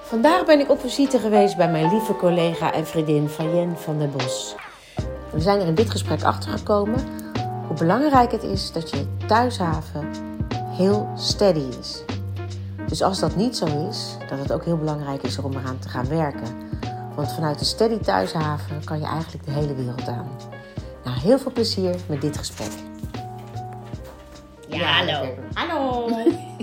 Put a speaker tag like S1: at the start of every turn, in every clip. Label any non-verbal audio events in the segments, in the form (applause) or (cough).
S1: Vandaag ben ik op visite geweest bij mijn lieve collega en vriendin Fayen van der Bos. We zijn er in dit gesprek achter gekomen hoe belangrijk het is dat je thuishaven heel steady is. Dus als dat niet zo is, dat het ook heel belangrijk is om eraan te gaan werken. Want vanuit een steady thuishaven kan je eigenlijk de hele wereld aan. Nou, heel veel plezier met dit gesprek.
S2: Ja, hallo.
S1: Hallo.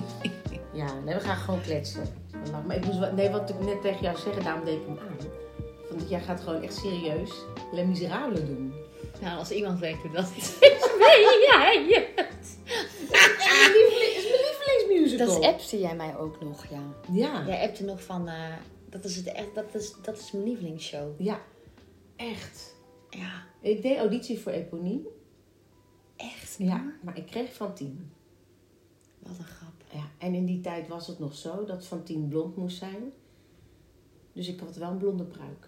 S1: (laughs) ja, nee, we gaan gewoon kletsen. Vandaag. Maar ik moest wel- nee, wat ik net tegen jou zeggen, daarom deed ik hem aan. Want jij gaat gewoon echt serieus Les Miserables doen.
S2: Nou, als iemand weet hoe dat is, ben jij het.
S1: Het is mijn lievelingsmusical.
S3: Dat appte jij mij ook nog, ja.
S1: Ja.
S2: Jij appte nog van, eh, dat, is het, echt- dat, is, dat is mijn lievelingsshow.
S1: Ja, echt.
S2: Ja,
S1: Ik deed auditie voor Eponie.
S2: echt.
S1: Ja. Maar ik kreeg van tien.
S2: Wat een grap.
S1: Ja. En in die tijd was het nog zo dat van tien blond moest zijn. Dus ik had wel een blonde pruik.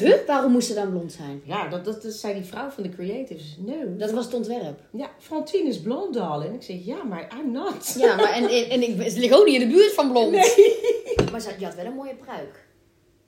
S2: Huh? Waarom moest ze dan blond zijn?
S1: Ja, dat, dat, dat zei die vrouw van de creatives. Nee.
S2: Dat was het ontwerp.
S1: Ja, Fantine is blond, darling. Ik zeg, ja, maar I'm not.
S2: Ja, maar en, en, en ik ze ligt ook niet in de buurt van blond.
S3: Maar ze- je had wel een mooie pruik.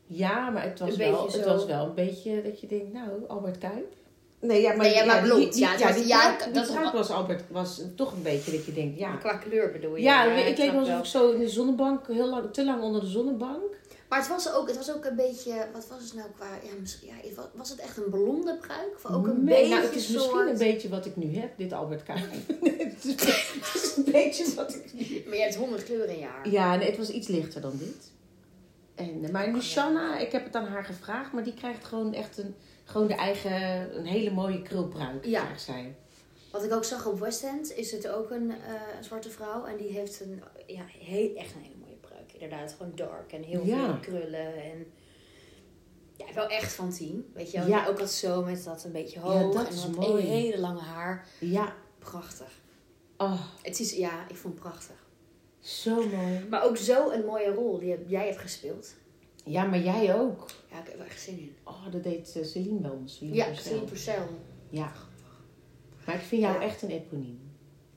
S1: Ja, maar het was,
S3: Een
S1: wel,
S3: beetje
S1: het
S3: zo.
S1: was wel een beetje dat je denkt, nou, Albert Kuip. Nee, ja, maar,
S3: Nee, ja, maar
S1: die-
S3: blond.
S1: die-
S3: Ja, het was-
S1: die
S3: ja,
S1: pruik- die
S3: dat is
S1: pruik
S3: wel-
S1: was Albert, was toch een beetje dat je denkt, ja.
S3: Qua kleur bedoel je.
S1: Ja, ik leek
S3: snap
S1: alsof
S3: wel.
S1: ik zo in de zonnebank, heel lang, te lang onder de zonnebank.
S3: Maar het was, ook, het was ook een beetje... Wat was het nou qua... Ja, misschien, ja, was, was het echt een blonde pruik? Of ook een
S1: Nee,
S3: beetje
S1: nou, het is
S3: soort...
S1: misschien een beetje wat ik nu heb, dit Albert
S3: (laughs)
S1: Kuip. het, is, het is een beetje wat ik nu
S3: Maar je hebt honderd kleuren in je haar.
S1: Ja, nee, het was iets lichter dan dit. En, eh,
S3: Oh,
S1: maar Luciana, ik heb het aan haar gevraagd, maar die krijgt gewoon echt een, gewoon de eigen, een hele mooie krulpruik,
S3: Ja.
S1: krijgt zij.
S3: Wat ik ook zag op West End is het ook een eh, een zwarte vrouw. En die heeft een, ja, heel, echt een hele mooie pruik. Inderdaad, gewoon dark en heel
S1: Ja.
S3: veel krullen. En ja, wel echt van tien. Weet je wel?
S1: Ja.
S3: Ja. Ook dat zo met dat een beetje
S1: Ja,
S3: hoog.
S1: dat
S3: en
S1: is
S3: dat
S1: mooi.
S3: een hele lange haar.
S1: Ja,
S3: Prachtig.
S1: oh,
S3: Het is, ja, ik vond het prachtig.
S1: zo mooi.
S3: Maar ook zo een mooie rol die heb- jij hebt gespeeld.
S1: Ja, maar jij ook.
S3: Ja, ik heb er echt zin in.
S1: Oh, dat deed eh, Celine bij ons. Celine
S3: Ja,
S1: Purcell.
S3: Celine Purcell.
S1: Ja. Maar ik vind jou
S3: Ja.
S1: echt een eponiem.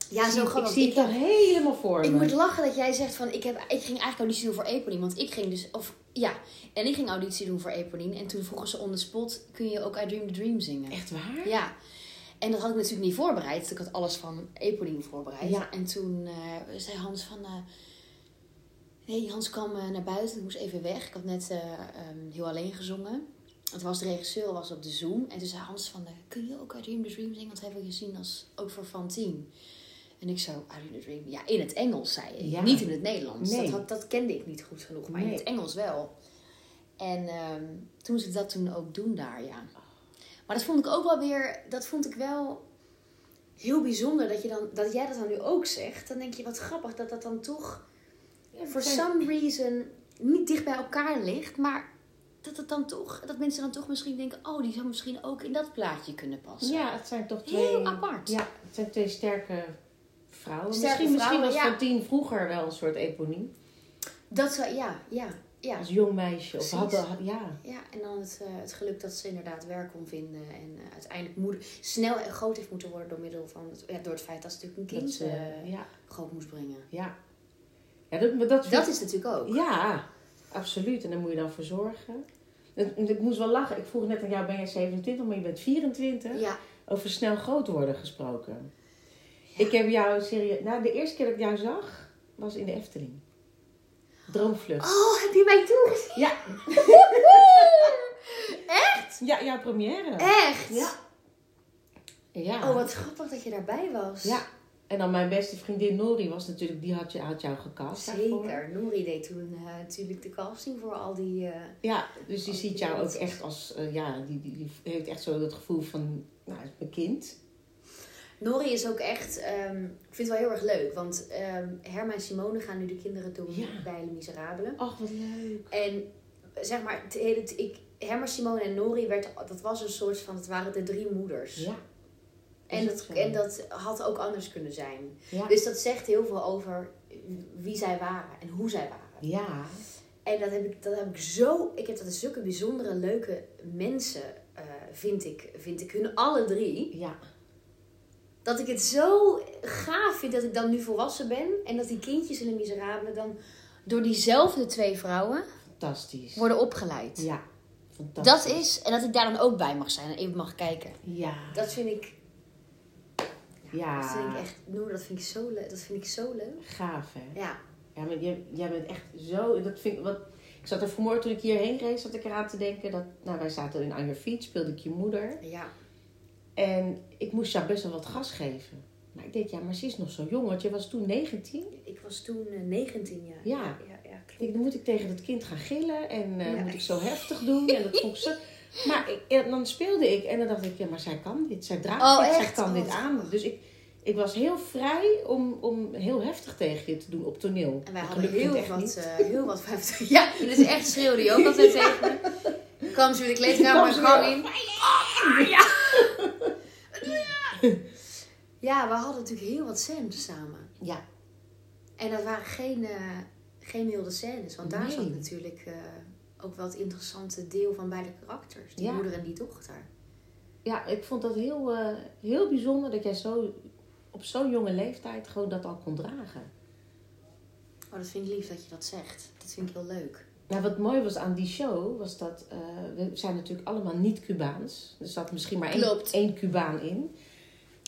S3: Ja, zo
S1: Ik
S3: grappig.
S1: zie het dan helemaal voor
S3: Ik
S1: me.
S3: moet lachen dat jij zegt van ik, heb, ik ging eigenlijk auditie doen voor Eponine. Want ik ging dus, of ja, en ik ging auditie doen voor Eponine. En toen vroegen ze on the spot: kun je ook I Dream the Dream zingen?
S1: Echt waar?
S3: Ja. En dat had ik natuurlijk niet voorbereid. dus Ik had alles van Eponine voorbereid.
S1: Ja.
S3: En toen eh, zei Hans van. eh, nee, Hans kwam eh, naar buiten. Ik moest even weg. Ik had net eh, ehm, heel alleen gezongen. Het was de regisseur was op de Zoom. En toen zei Hans van, eh, kun je ook I Dream the Dream zingen? Want dat hebben we gezien als, ook voor Fantine. En ik zo, I Dream the Dream. Ja, in het Engels zei ik.
S1: Ja.
S3: Niet in het Nederlands.
S1: Nee.
S3: Dat, had, dat kende ik niet goed genoeg. Maar in
S1: Nee.
S3: het Engels wel. En ehm, toen moest ik dat toen ook doen daar, ja. Maar dat vond ik ook wel weer, dat vond ik wel heel bijzonder dat, je dan, dat jij dat dan nu ook zegt. Dan denk je wat grappig dat dat dan toch
S1: Ja,
S3: for
S1: zijn-
S3: some reason niet dicht bij elkaar ligt, maar dat het dan toch, dat mensen dan toch misschien denken, oh die zou misschien ook in dat plaatje kunnen passen.
S1: Ja, het zijn toch twee...
S3: Heel apart.
S1: Ja, het zijn twee sterke vrouwen.
S3: Sterke
S1: misschien, misschien
S3: vrouwen,
S1: was
S3: ja.
S1: Fantine vroeger wel een soort eponiem.
S3: Dat zou, ja, ja, ja.
S1: Als jong meisje. Of
S3: Precies.
S1: had, had- ja.
S3: Ja, en dan het, eh, het geluk dat ze inderdaad werk kon vinden en eh, uiteindelijk moeder, snel en groot heeft moeten worden door middel van, het- ja, door het feit dat ze natuurlijk een
S1: Dat
S3: kind
S1: ze,
S3: eh,
S1: ja,
S3: groot moest brengen.
S1: ja. ja dat, maar dat,
S3: Dat is natuurlijk ook.
S1: Ja, absoluut. En daar moet je dan voor zorgen. En- en Ik moest wel lachen. Ik vroeg net aan jou, ben jij 27, maar je bent 24.
S3: Ja,
S1: Over snel groot worden gesproken. Ik heb jou serieus... Nou, de eerste keer dat ik jou zag, was in de Efteling. Droomvlucht.
S3: Oh, heb je mij toegezien?
S1: Ja.
S3: Echt?
S1: Ja, jouw première.
S3: Echt?
S1: Ja. Ja.
S3: Oh, wat grappig dat je daarbij was.
S1: Ja. En dan mijn beste vriendin Nori was natuurlijk, die had, je, had jou gecast daarvoor.
S3: Zeker. Nouri deed toen eh, natuurlijk de casting voor al die... eh,
S1: Ja, dus die
S3: Oh,
S1: ziet
S3: die
S1: jou ook
S3: mensen.
S1: echt als, eh, ja, die, die, die heeft echt zo dat gevoel van, nou, het is mijn kind.
S3: Nouri is ook echt... ehm, ik vind het wel heel erg leuk. Want ehm Herma en Simone gaan nu de kinderen doen
S1: Ja.
S3: bij Le Miserabelen.
S1: Ach, wat leuk.
S3: En zeg maar, het hele... Ik, Herma, Simone en Nouri werd... Dat was een soort van... Het waren de drie moeders.
S1: Ja.
S3: en,
S1: Is
S3: dat,
S1: zo?
S3: en dat had ook anders kunnen zijn.
S1: Ja.
S3: Dus dat zegt heel veel over wie zij waren. En hoe zij waren.
S1: Ja.
S3: En dat heb ik, dat heb ik zo. Ik heb dat dus zulke bijzondere, leuke mensen, eh, vind, ik, vind ik hun alle drie.
S1: Ja.
S3: Dat ik het zo gaaf vind dat ik dan nu volwassen ben. En dat die kindjes in de miserabelen dan door diezelfde twee vrouwen
S1: fantastisch.
S3: Worden opgeleid.
S1: Ja, fantastisch.
S3: Dat is, en dat ik daar dan ook bij mag zijn en even mag kijken.
S1: Ja,
S3: Dat vind ik,
S1: ja.
S3: dat vind ik echt, noem, dat vind ik zo leuk. Dat vind ik zo leuk.
S1: gaaf hè.
S3: Ja,
S1: Ja, maar jij, jij bent echt zo. Dat vind ik, wat, ik zat er vanmorgen toen ik hierheen reed, zat ik eraan te denken dat. Nou, wij zaten in On Your Feet, speelde ik je moeder.
S3: ja,
S1: En ik moest jou best wel wat gas geven. Maar ik denk, ja, maar ze is nog zo jong, want je was toen 19.
S3: ik was toen eh, 19 jaar.
S1: Ja.
S3: ja, ja
S1: Ik denk, dan moet ik tegen dat kind gaan gillen en eh,
S3: Ja.
S1: moet ik zo heftig doen. En dat vond ik zo. (laughs) Maar ik- en dan speelde ik en dan dacht ik, ja, maar zij kan dit, zij draagt
S3: Oh,
S1: dit, zij
S3: echt?
S1: kan
S3: Oh,
S1: dit
S3: wat
S1: aan.
S3: goed.
S1: Dus ik, ik was heel vrij om, om heel heftig tegen je te doen op toneel.
S3: En wij
S1: Dat
S3: hadden
S1: lukt
S3: heel
S1: echt
S3: wat,
S1: niet.
S3: eh heel wat vijftig. (laughs) Ja, dus echt schreeuwde je ook altijd tegen me.
S1: (laughs)
S3: Kwam ze weer de kleedkamer
S1: Kwam
S3: en
S1: ze
S3: gang
S1: weer.
S3: in. Ah, Ja! (laughs) Wat doe je?
S1: (laughs)
S3: Ja, we hadden natuurlijk heel wat scènes samen.
S1: Ja,
S3: En dat waren geen, eh, geen milde scènes. Want daar
S1: Nee.
S3: zat natuurlijk eh, ook wel het interessante deel van beide karakters. Die
S1: Ja.
S3: moeder en die dochter.
S1: ja, ik vond dat heel, eh, heel bijzonder dat jij zo, op zo'n jonge leeftijd gewoon dat al kon dragen.
S3: Oh, dat vind ik lief dat je dat zegt. Dat vind ik heel leuk.
S1: Nou, wat mooi was aan die show, was dat eh, we zijn natuurlijk allemaal niet Cubaans. Er zat misschien maar één,
S3: Klopt.
S1: één Cubaan in.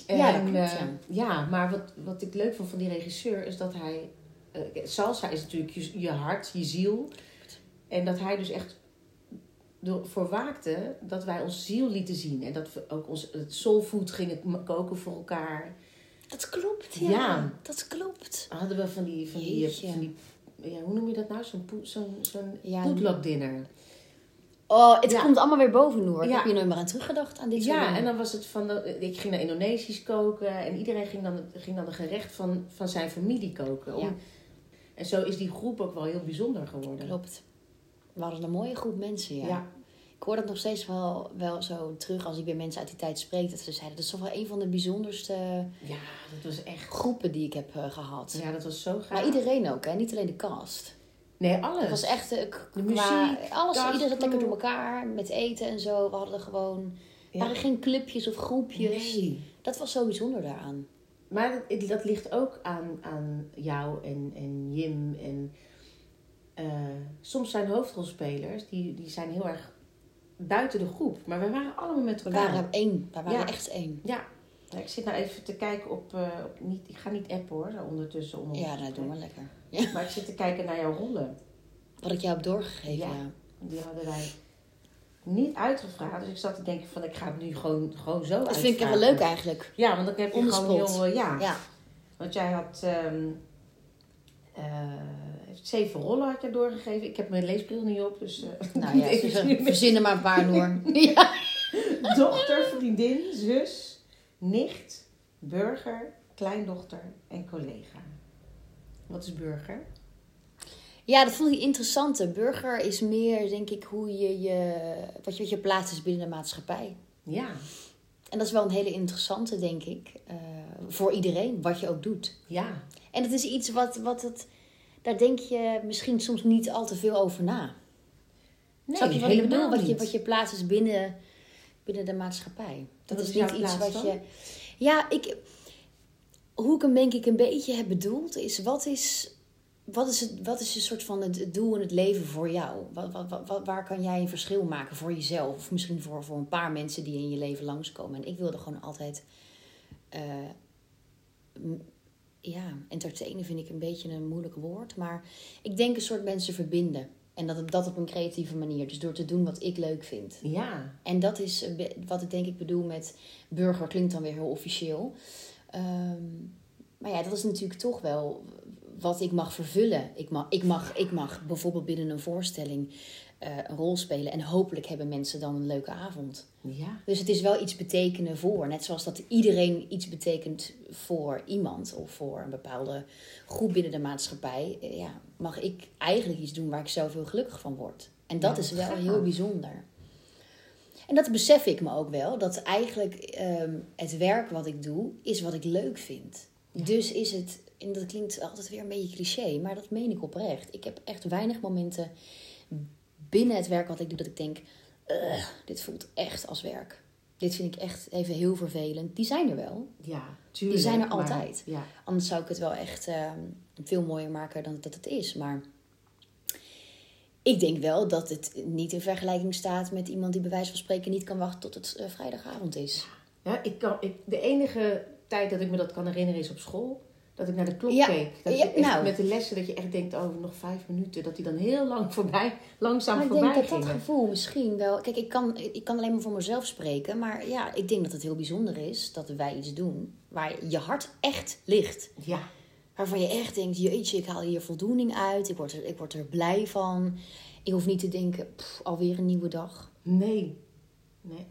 S3: Ja, dat klopt,
S1: eh,
S3: ja.
S1: ja, maar wat, wat ik leuk vond van die regisseur is dat hij... eh, salsa is natuurlijk je, je hart, je ziel. En dat hij dus echt ervoor waakte dat wij ons ziel lieten zien. En dat we ook ons, het soulfood gingen koken voor elkaar.
S3: Dat klopt,
S1: ja. Ja.
S3: Dat klopt.
S1: Hadden we van die, van die,
S3: Jeetje.
S1: van die ja, hoe noem je dat nou? Zo'n poe- zo'n zo'n
S3: Ja,
S1: poetlokdinner.
S3: Oh, het
S1: Ja.
S3: komt allemaal weer boven, Noor.
S1: Ja.
S3: Ik heb je nooit meer aan teruggedacht aan dit soort
S1: Ja,
S3: dingen.
S1: en dan was het van, de- ik ging naar Indonesisch koken en iedereen ging dan, ging dan een gerecht van, van zijn familie koken. Om-
S3: Ja.
S1: En zo is die groep ook wel heel bijzonder geworden.
S3: Klopt. We hadden een mooie groep mensen, ja.
S1: Ja.
S3: Ik hoor dat nog steeds wel, wel zo terug als ik weer mensen uit die tijd spreek. Dat ze zeiden, dat is toch wel een van de bijzonderste
S1: ja, dat was echt,
S3: groepen die ik heb eh, gehad.
S1: ja, dat was zo gaaf.
S3: Maar iedereen ook, hè? niet alleen de cast.
S1: Nee, alles.
S3: Het was echt eh, k-
S1: De
S3: qua-
S1: muziek,
S3: alles,
S1: cast,
S3: iedereen zat lekker door
S1: crew.
S3: elkaar met eten en zo. We hadden gewoon,
S1: Ja.
S3: waren geen clubjes of groepjes.
S1: Nee.
S3: Dat was zo bijzonder daaraan.
S1: Maar dat, het- dat ligt ook aan, aan jou en, en Jim. En, eh, soms zijn hoofdrolspelers, die, die zijn heel erg buiten de groep. Maar wij waren allemaal met
S3: We
S1: elkaar.
S3: waren één, we waren
S1: Ja.
S3: echt één.
S1: Ja. Ja, Ik zit nou even te kijken op... eh, op niet, ik ga niet appen hoor, zo ondertussen. Onder
S3: Ja, nou,
S1: ons
S3: dat doen
S1: gesprek.
S3: we lekker. Ja.
S1: Maar ik zit te kijken naar jouw rollen.
S3: Wat ik jou heb doorgegeven, eh,
S1: Ja.
S3: ja.
S1: Die hadden wij niet uitgevraagd. Dus ik zat te denken van, ik ga het nu gewoon, gewoon zo
S3: Dat vind ik wel
S1: uitvragen.
S3: leuk eigenlijk.
S1: Ja, want dan heb je
S3: On the
S1: gewoon heel...
S3: spot.
S1: eh, ja.
S3: Ja.
S1: Want jij had ehm, eh, zeven rollen had je doorgegeven. Ik heb mijn leesbril niet op, dus eh, (laughs)
S3: Nou ja,
S1: ik
S3: ze-
S1: nu met
S3: verzinnen maar een paar
S1: (laughs)
S3: door. Ja.
S1: dochter, vriendin, zus, nicht, burger, kleindochter en collega. Wat is burger?
S3: ja, dat vond ik interessant. De burger is meer, denk ik, hoe je je, wat je, wat je plaats is binnen de maatschappij.
S1: Ja,
S3: En dat is wel een hele interessante, denk ik, eh, voor iedereen, wat je ook doet.
S1: ja,
S3: En dat is iets wat, wat het, daar denk je misschien soms niet al te veel over na.
S1: nee,
S3: Snap je wat ik
S1: helemaal
S3: bedoel? Wat je,
S1: niet.
S3: wat je plaats is binnen, binnen de maatschappij. Dat
S1: Wat
S3: is
S1: is
S3: niet
S1: jouw
S3: iets
S1: plaats
S3: wat
S1: dan?
S3: je. Ja, ik, hoe ik hem denk ik een beetje heb bedoeld, is wat is. Wat is, het, wat is een soort van het het doel in het leven voor jou? Wat, wat, wat- wat- waar kan jij een verschil maken voor jezelf? Of misschien voor, voor een paar mensen die in je leven langskomen. En ik wilde gewoon altijd. eh, m- ja, entertainen vind ik een beetje een moeilijk woord. Maar ik denk een soort mensen verbinden. En dat, dat op een creatieve manier. Dus door te doen wat ik leuk vind.
S1: Ja,
S3: En dat is een be- wat ik denk ik bedoel met burger klinkt dan weer heel officieel. Ehm, maar ja, dat is natuurlijk toch wel wat ik mag vervullen. Ik mag, ik mag, ik mag bijvoorbeeld binnen een voorstelling eh, een rol spelen. En hopelijk hebben mensen dan een leuke avond.
S1: ja,
S3: Dus het is wel iets betekenen voor. Net zoals dat iedereen iets betekent voor iemand of voor een bepaalde groep binnen de maatschappij. eh, Ja, mag ik eigenlijk iets doen waar ik zelf heel gelukkig van word. En dat
S1: Ja,
S3: is wel
S1: gaaf.
S3: heel bijzonder. En dat besef ik me ook wel, dat eigenlijk ehm, het werk wat ik doe, is wat ik leuk vind. Dus is het, en dat klinkt altijd weer een beetje cliché, maar dat meen ik oprecht. Ik heb echt weinig momenten binnen het werk wat ik doe dat ik denk, "Ugh, dit voelt echt als werk. Dit vind ik echt even heel vervelend. Die zijn er wel.
S1: ja, tuurlijk.
S3: Die zijn er
S1: maar-
S3: altijd.
S1: Ja,
S3: Anders ehm, zou ik het wel echt eh, veel mooier maken dan dat het is. Maar Ik denk wel dat het niet in vergelijking staat met iemand die bij wijze van spreken niet kan wachten tot het eh, vrijdagavond is.
S1: Ja, ik kan, ik, de enige tijd dat ik me dat kan herinneren is op school. Dat ik naar de klok
S3: Ja,
S1: keek. Dat
S3: ja,
S1: je echt
S3: nou.
S1: Met de lessen dat je echt denkt, oh, nog vijf minuten. Dat die dan heel lang voorbij, langzaam
S3: Maar ik
S1: voorbij
S3: denk dat dat
S1: gingen.
S3: gevoel misschien wel. Kijk, ik kan, ik kan alleen maar voor mezelf spreken. Maar ja, ik denk dat het heel bijzonder is dat wij iets doen waar je hart echt ligt.
S1: Ja,
S3: Waarvan je echt denkt: jeetje, ik haal hier voldoening uit. Ik word er, ik word er blij van. Ik hoef niet te denken: pff, alweer een nieuwe dag.
S1: nee. Nee.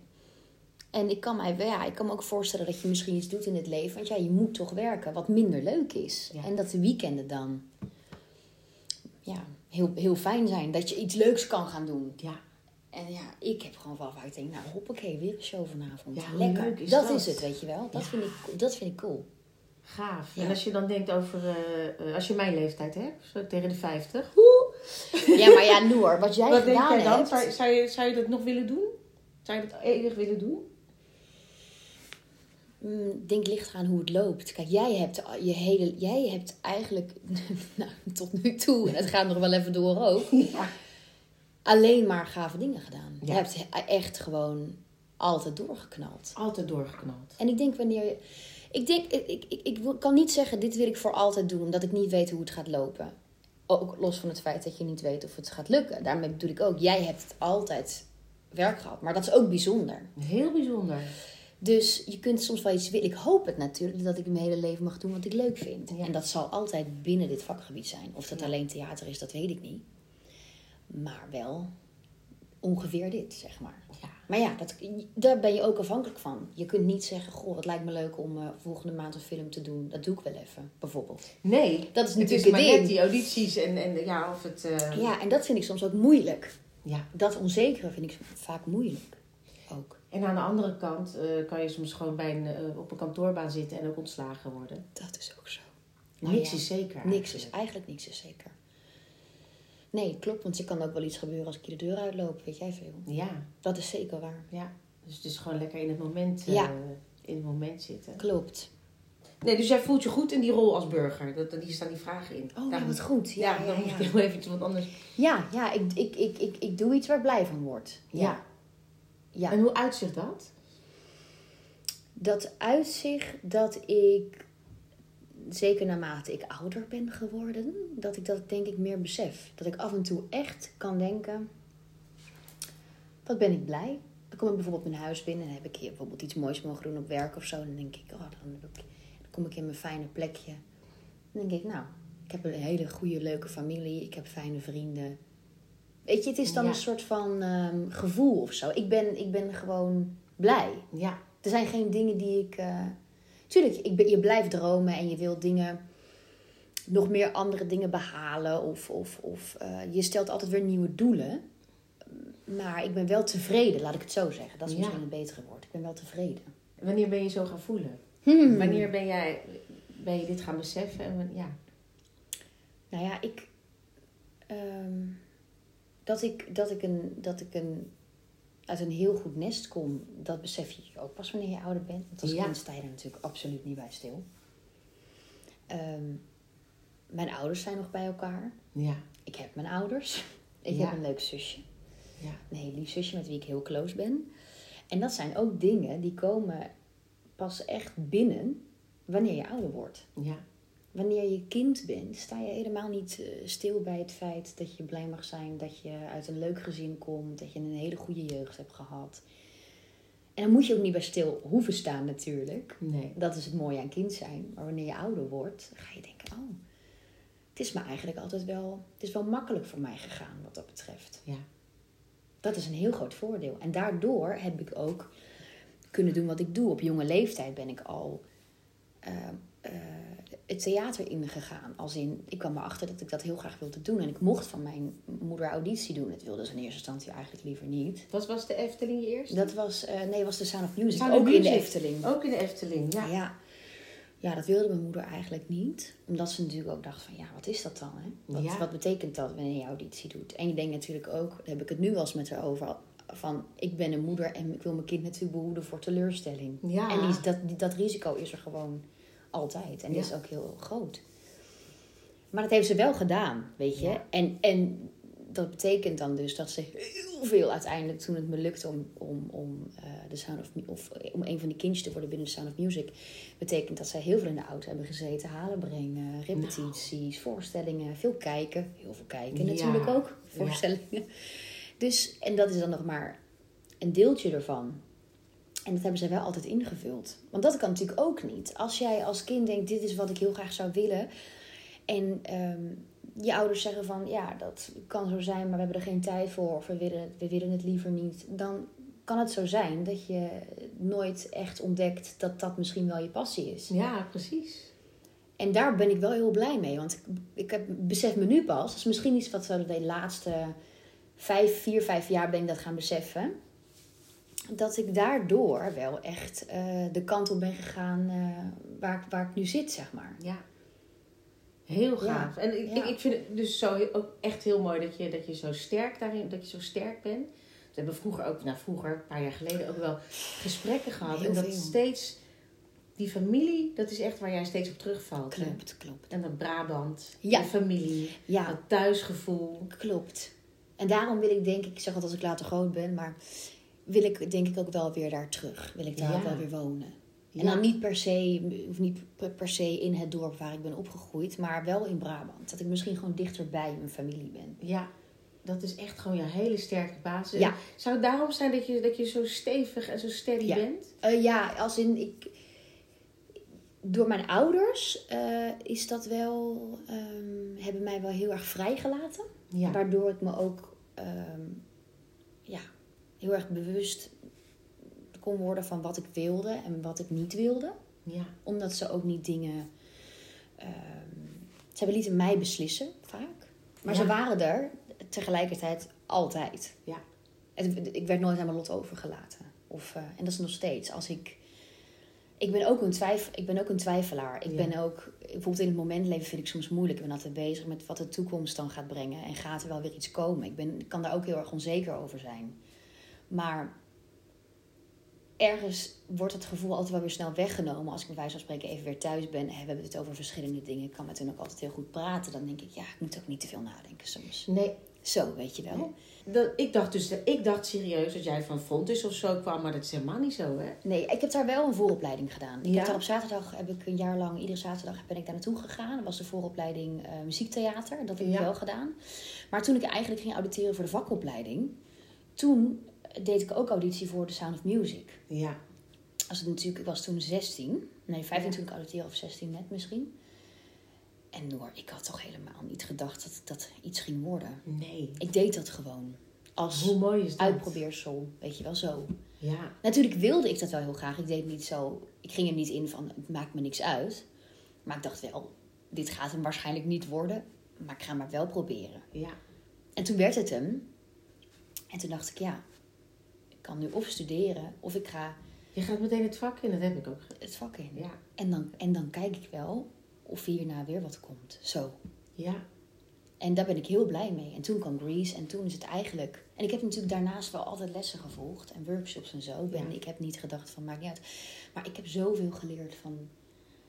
S3: En ik kan, mij, wel- ja, ik kan me ook voorstellen dat je misschien iets doet in het leven. Want ja, je moet toch werken, wat minder leuk is.
S1: Ja.
S3: En dat de weekenden dan ja, heel, heel fijn zijn. Dat je iets leuks kan gaan doen.
S1: Ja,
S3: En ja, ik heb gewoon wel waar ik denk, nou hoppakee, weer een show vanavond.
S1: Ja, hoe
S3: Lekker.
S1: leuk is
S3: dat,
S1: dat?
S3: is het, weet je wel. Dat,
S1: Ja.
S3: vind, ik, dat vind ik cool.
S1: gaaf.
S3: Ja.
S1: En als je dan denkt over, eh, eh, als je mijn leeftijd hebt, zo tegen de 50.
S3: Ja, maar ja, Noor, wat jij
S1: Wat denk
S3: gedaan
S1: jij dan?
S3: hebt.
S1: Zou, zou, je, zou je dat nog willen doen? Zou je dat eeuwig willen doen?
S3: Mm, denk licht aan hoe het loopt. Kijk, jij hebt, al- je hele, jij hebt eigenlijk (laughs) nou, tot nu toe, en het gaat nog wel even door
S1: (laughs)
S3: ook,
S1: Ja.
S3: alleen maar gave dingen gedaan.
S1: Ja.
S3: Je hebt he- echt gewoon altijd doorgeknald.
S1: Altijd doorgeknald.
S3: En ik denk wanneer je. Ik, denk, ik, ik, ik, ik wil- kan niet zeggen, dit wil ik voor altijd doen, omdat ik niet weet hoe het gaat lopen. Ook los van het feit dat je niet weet of het gaat lukken. Daarmee bedoel ik ook, jij hebt altijd werk gehad, maar dat is ook bijzonder.
S1: Heel bijzonder.
S3: Dus je kunt soms wel iets willen. Ik hoop het natuurlijk dat ik mijn hele leven mag doen wat ik leuk vind.
S1: Ja.
S3: En dat zal altijd binnen dit vakgebied zijn. Of dat
S1: Ja.
S3: alleen theater is, dat weet ik niet. Maar wel ongeveer dit, zeg maar.
S1: Ja.
S3: Maar ja, dat, daar ben je ook afhankelijk van. Je kunt niet zeggen, goh, het lijkt me leuk om eh, volgende maand een film te doen. Dat doe ik wel even, bijvoorbeeld.
S1: Nee.
S3: Dat is
S1: Het is
S3: natuurlijk
S1: maar
S3: het
S1: net
S3: ding.
S1: die audities en, en ja, of het... eh,
S3: Ja, en dat vind ik soms ook moeilijk.
S1: ja.
S3: Dat onzekere vind ik vaak moeilijk. Ook.
S1: En aan de andere kant eh, kan je soms gewoon bij een, eh, op een kantoorbaan zitten en ook ontslagen worden.
S3: Dat is ook zo. Nou
S1: Niks
S3: ja,
S1: is zeker.
S3: Niks is, eigenlijk niks is zeker. Nee, klopt, want er kan ook wel iets gebeuren als ik hier de deur uitloop, weet jij veel.
S1: Ja,
S3: Dat is zeker waar.
S1: ja. Dus het is gewoon lekker in het moment, eh,
S3: Ja.
S1: in het moment zitten.
S3: Klopt.
S1: Nee, dus jij voelt je goed in die rol als burger. Dat, dat- hier staan die vragen in.
S3: Oh, ja,
S1: Daarom-
S3: wat goed.
S1: Ja,
S3: Ja, ja,
S1: dan
S3: ja.
S1: moet ik heel even wat anders.
S3: Ja, ja, ik, ik, ik, ik, ik doe iets waar ik blij van word. Ja. ja.
S1: En hoe uitzicht dat?
S3: dat uitzicht dat ik, zeker naarmate ik ouder ben geworden, dat ik dat denk ik meer besef. Dat ik af en toe echt kan denken, wat ben ik blij. Dan kom ik bijvoorbeeld mijn huis binnen en heb ik hier bijvoorbeeld iets moois mogen doen op werk of zo. Dan denk ik, oh, dan, heb ik, dan kom ik in mijn fijne plekje. Dan denk ik, nou, ik heb een hele goede, leuke familie. Ik heb fijne vrienden. Weet je, het is dan
S1: Ja.
S3: een soort van ehm, gevoel of zo. Ik ben, ik ben gewoon blij.
S1: Ja.
S3: Er zijn geen dingen die ik. eh, Tuurlijk, ik ben, je blijft dromen en je wilt dingen. nog meer andere dingen behalen. Of, of, of eh, je stelt altijd weer nieuwe doelen. Maar ik ben wel tevreden, laat ik het zo zeggen. Dat is
S1: Ja.
S3: misschien een betere woord. Ik ben wel tevreden.
S1: Wanneer ben je zo gaan voelen?
S3: Hmm.
S1: Wanneer ben jij ben je dit gaan beseffen? En, wan- ja.
S3: Nou ja, ik. ehm, dat, ik, dat, ik een, dat ik een. uit een heel goed nest kom, dat besef je ook pas wanneer je ouder bent. Want als
S1: Ja.
S3: kind sta je daar natuurlijk absoluut niet bij stil. Ehm, mijn ouders zijn nog bij elkaar.
S1: Ja.
S3: Ik heb mijn ouders. (laughs) Ik
S1: Ja.
S3: heb een leuk zusje.
S1: Ja.
S3: Een heel lief zusje met wie ik heel close ben. En dat zijn ook dingen die komen pas echt binnen wanneer je ouder wordt.
S1: Ja.
S3: Wanneer je kind bent, sta je helemaal niet eh, stil bij het feit dat je blij mag zijn, dat je uit een leuk gezin komt, dat je een hele goede jeugd hebt gehad. En dan moet je ook niet bij stil hoeven staan natuurlijk.
S1: Nee.
S3: Dat is het mooie aan kind zijn. Maar wanneer je ouder wordt, ga je denken, oh, het is me eigenlijk altijd wel, het is wel makkelijk voor mij gegaan wat dat betreft.
S1: Ja.
S3: Dat is een heel groot voordeel. En daardoor heb ik ook kunnen doen wat ik doe. Op jonge leeftijd ben ik al eh, eh, het theater ingegaan. Als in, ik kwam erachter dat ik dat heel graag wilde doen. En ik mocht van mijn moeder auditie doen. Het wilde ze in eerste instantie eigenlijk liever niet.
S1: Wat was de Efteling je eerst?
S3: Dat was, eh, nee, was de Sound of Music.
S1: Sound of
S3: ook in de
S1: Music.
S3: Efteling.
S1: Ook in de Efteling, ja.
S3: Ja. ja, dat wilde mijn moeder eigenlijk niet. Omdat ze natuurlijk ook dacht van, ja, wat is dat dan? Hè? Wat,
S1: Ja.
S3: wat betekent dat wanneer je auditie doet? En ik denk natuurlijk ook, daar heb ik het nu wel eens met haar over... van, ik ben een moeder en ik wil mijn kind natuurlijk behoeden voor teleurstelling.
S1: Ja.
S3: En die, dat, die- dat risico is er gewoon altijd. En dat
S1: Ja.
S3: is ook heel groot. Maar dat heeft ze wel gedaan, weet je.
S1: Ja.
S3: En, en dat betekent dan dus dat ze heel veel uiteindelijk, toen het me lukte om, om, om, eh, de Sound of, Mu- of eh, om een van de kindjes te worden binnen de Sound of Music, betekent dat zij heel veel in de auto hebben gezeten, halen brengen, repetities, voorstellingen, veel kijken, heel veel kijken
S1: Nou. Ja.
S3: natuurlijk ook, voorstellingen. Dus, en dat is dan nog maar een deeltje ervan. En dat hebben zij wel altijd ingevuld. Want dat kan natuurlijk ook niet. Als jij als kind denkt, dit is wat ik heel graag zou willen. En ehm, je ouders zeggen van, ja, dat kan zo zijn, maar we hebben er geen tijd voor. Of we willen, we willen het liever niet. Dan kan het zo zijn dat je nooit echt ontdekt dat dat misschien wel je passie is.
S1: Ja, precies.
S3: En daar ben ik wel heel blij mee. Want ik, ik heb, besef me nu pas. Dat is misschien iets wat we de laatste vijf, vier, vijf jaar ben ik dat gaan beseffen. Dat ik daardoor wel echt eh, de kant op ben gegaan eh, waar, ik- waar ik nu zit, zeg maar.
S1: Ja. Heel
S3: Ja.
S1: gaaf. En ik,
S3: Ja.
S1: ik, ik vind het dus zo, heel- ook echt heel mooi dat je, dat je zo sterk daarin, dat je zo sterk bent. We hebben vroeger ook, nou vroeger, een paar jaar geleden ook wel gesprekken gehad.
S3: Heel
S1: en dat
S3: veel.
S1: steeds, die familie, dat is echt waar jij steeds op terugvalt. hè?
S3: Klopt, klopt.
S1: En dat Brabant,
S3: Ja.
S1: de familie,
S3: Ja,
S1: dat thuisgevoel.
S3: klopt. En daarom wil ik denk ik, ik zeg altijd als ik later groot ben, maar wil ik denk ik ook wel weer daar terug. Wil ik daar
S1: Ja.
S3: ook wel weer wonen. En
S1: Ja.
S3: dan niet per se, of niet per- per se in het dorp waar ik ben opgegroeid, maar wel in Brabant. Dat ik misschien gewoon dichter bij mijn familie ben.
S1: Ja, dat is echt gewoon je hele sterke basis.
S3: Ja.
S1: Zou het daarom zijn dat je, dat je zo stevig en zo steady
S3: Ja.
S1: bent?
S3: Eh, ja, als in ik. Door mijn ouders eh, is dat wel. ehm, hebben mij wel heel erg vrijgelaten.
S1: Ja.
S3: Waardoor ik me ook ehm, ja, heel erg bewust kon worden van wat ik wilde en wat ik niet wilde.
S1: ja.
S3: Omdat ze ook niet dingen. ehm, ze lieten mij beslissen, vaak. Maar
S1: Ja.
S3: ze waren er tegelijkertijd altijd.
S1: Ja.
S3: Het- ik werd nooit aan mijn lot overgelaten. Of, eh, en dat is nog steeds. Als ik, ik, ben ook een twijf, ik ben ook een twijfelaar. Ik
S1: Ja.
S3: ben ook, bijvoorbeeld in het moment leven vind ik soms moeilijk. Ik ben altijd bezig met wat de toekomst dan gaat brengen. En gaat er wel weer iets komen? Ik, ben, ik kan daar ook heel erg onzeker over zijn. Maar ergens wordt het gevoel altijd wel weer snel weggenomen. Als ik bij wijze van spreken even weer thuis ben. Hè, we hebben het over verschillende dingen. Ik kan met hen ook altijd heel goed praten. Dan denk ik, ja, ik moet ook niet te veel nadenken soms.
S1: Nee,
S3: Zo, weet je wel.
S1: dat, ik, dacht dus, ik dacht serieus dat jij van Fontis of zo kwam, maar dat is helemaal niet zo, hè?
S3: Nee, ik heb daar wel een vooropleiding gedaan. Ik
S1: Ja?
S3: heb daar op zaterdag heb ik een jaar lang, iedere zaterdag ben ik daar naartoe gegaan. Dat was de vooropleiding eh, muziektheater. Dat heb ik
S1: Ja.
S3: wel gedaan. Maar toen ik eigenlijk ging auditeren voor de vakopleiding, toen deed ik ook auditie voor The Sound of Music.
S1: Ja.
S3: Als het natuurlijk, ik was toen 16, nee 15
S1: Ja.
S3: toen ik auditeerde of 16 net misschien. En Noor, ik had toch helemaal niet gedacht dat dat iets ging worden.
S1: Nee.
S3: Ik deed dat gewoon. Als
S1: Hoe mooi is dat?
S3: uitprobeersel, weet je wel zo.
S1: Ja.
S3: Natuurlijk wilde ik dat wel heel graag. Ik deed niet zo. Ik ging er niet in van het maakt me niks uit. Maar ik dacht wel, dit gaat hem waarschijnlijk niet worden. Maar ik ga maar wel proberen.
S1: Ja.
S3: En toen werd het hem. En toen dacht ik, ja, ik kan nu of studeren of ik ga
S1: Je gaat meteen het vak in, dat heb ik ook gedaan.
S3: het vak in.
S1: Ja.
S3: En, dan, en dan kijk ik wel of hierna weer wat komt. Zo.
S1: Ja.
S3: En daar ben ik heel blij mee. En toen kwam Greece en toen is het eigenlijk... En ik heb natuurlijk daarnaast wel altijd lessen gevolgd en workshops en zo. Ik Ben,
S1: Ja.
S3: Ik heb niet gedacht van, maakt niet uit. Maar ik heb zoveel geleerd van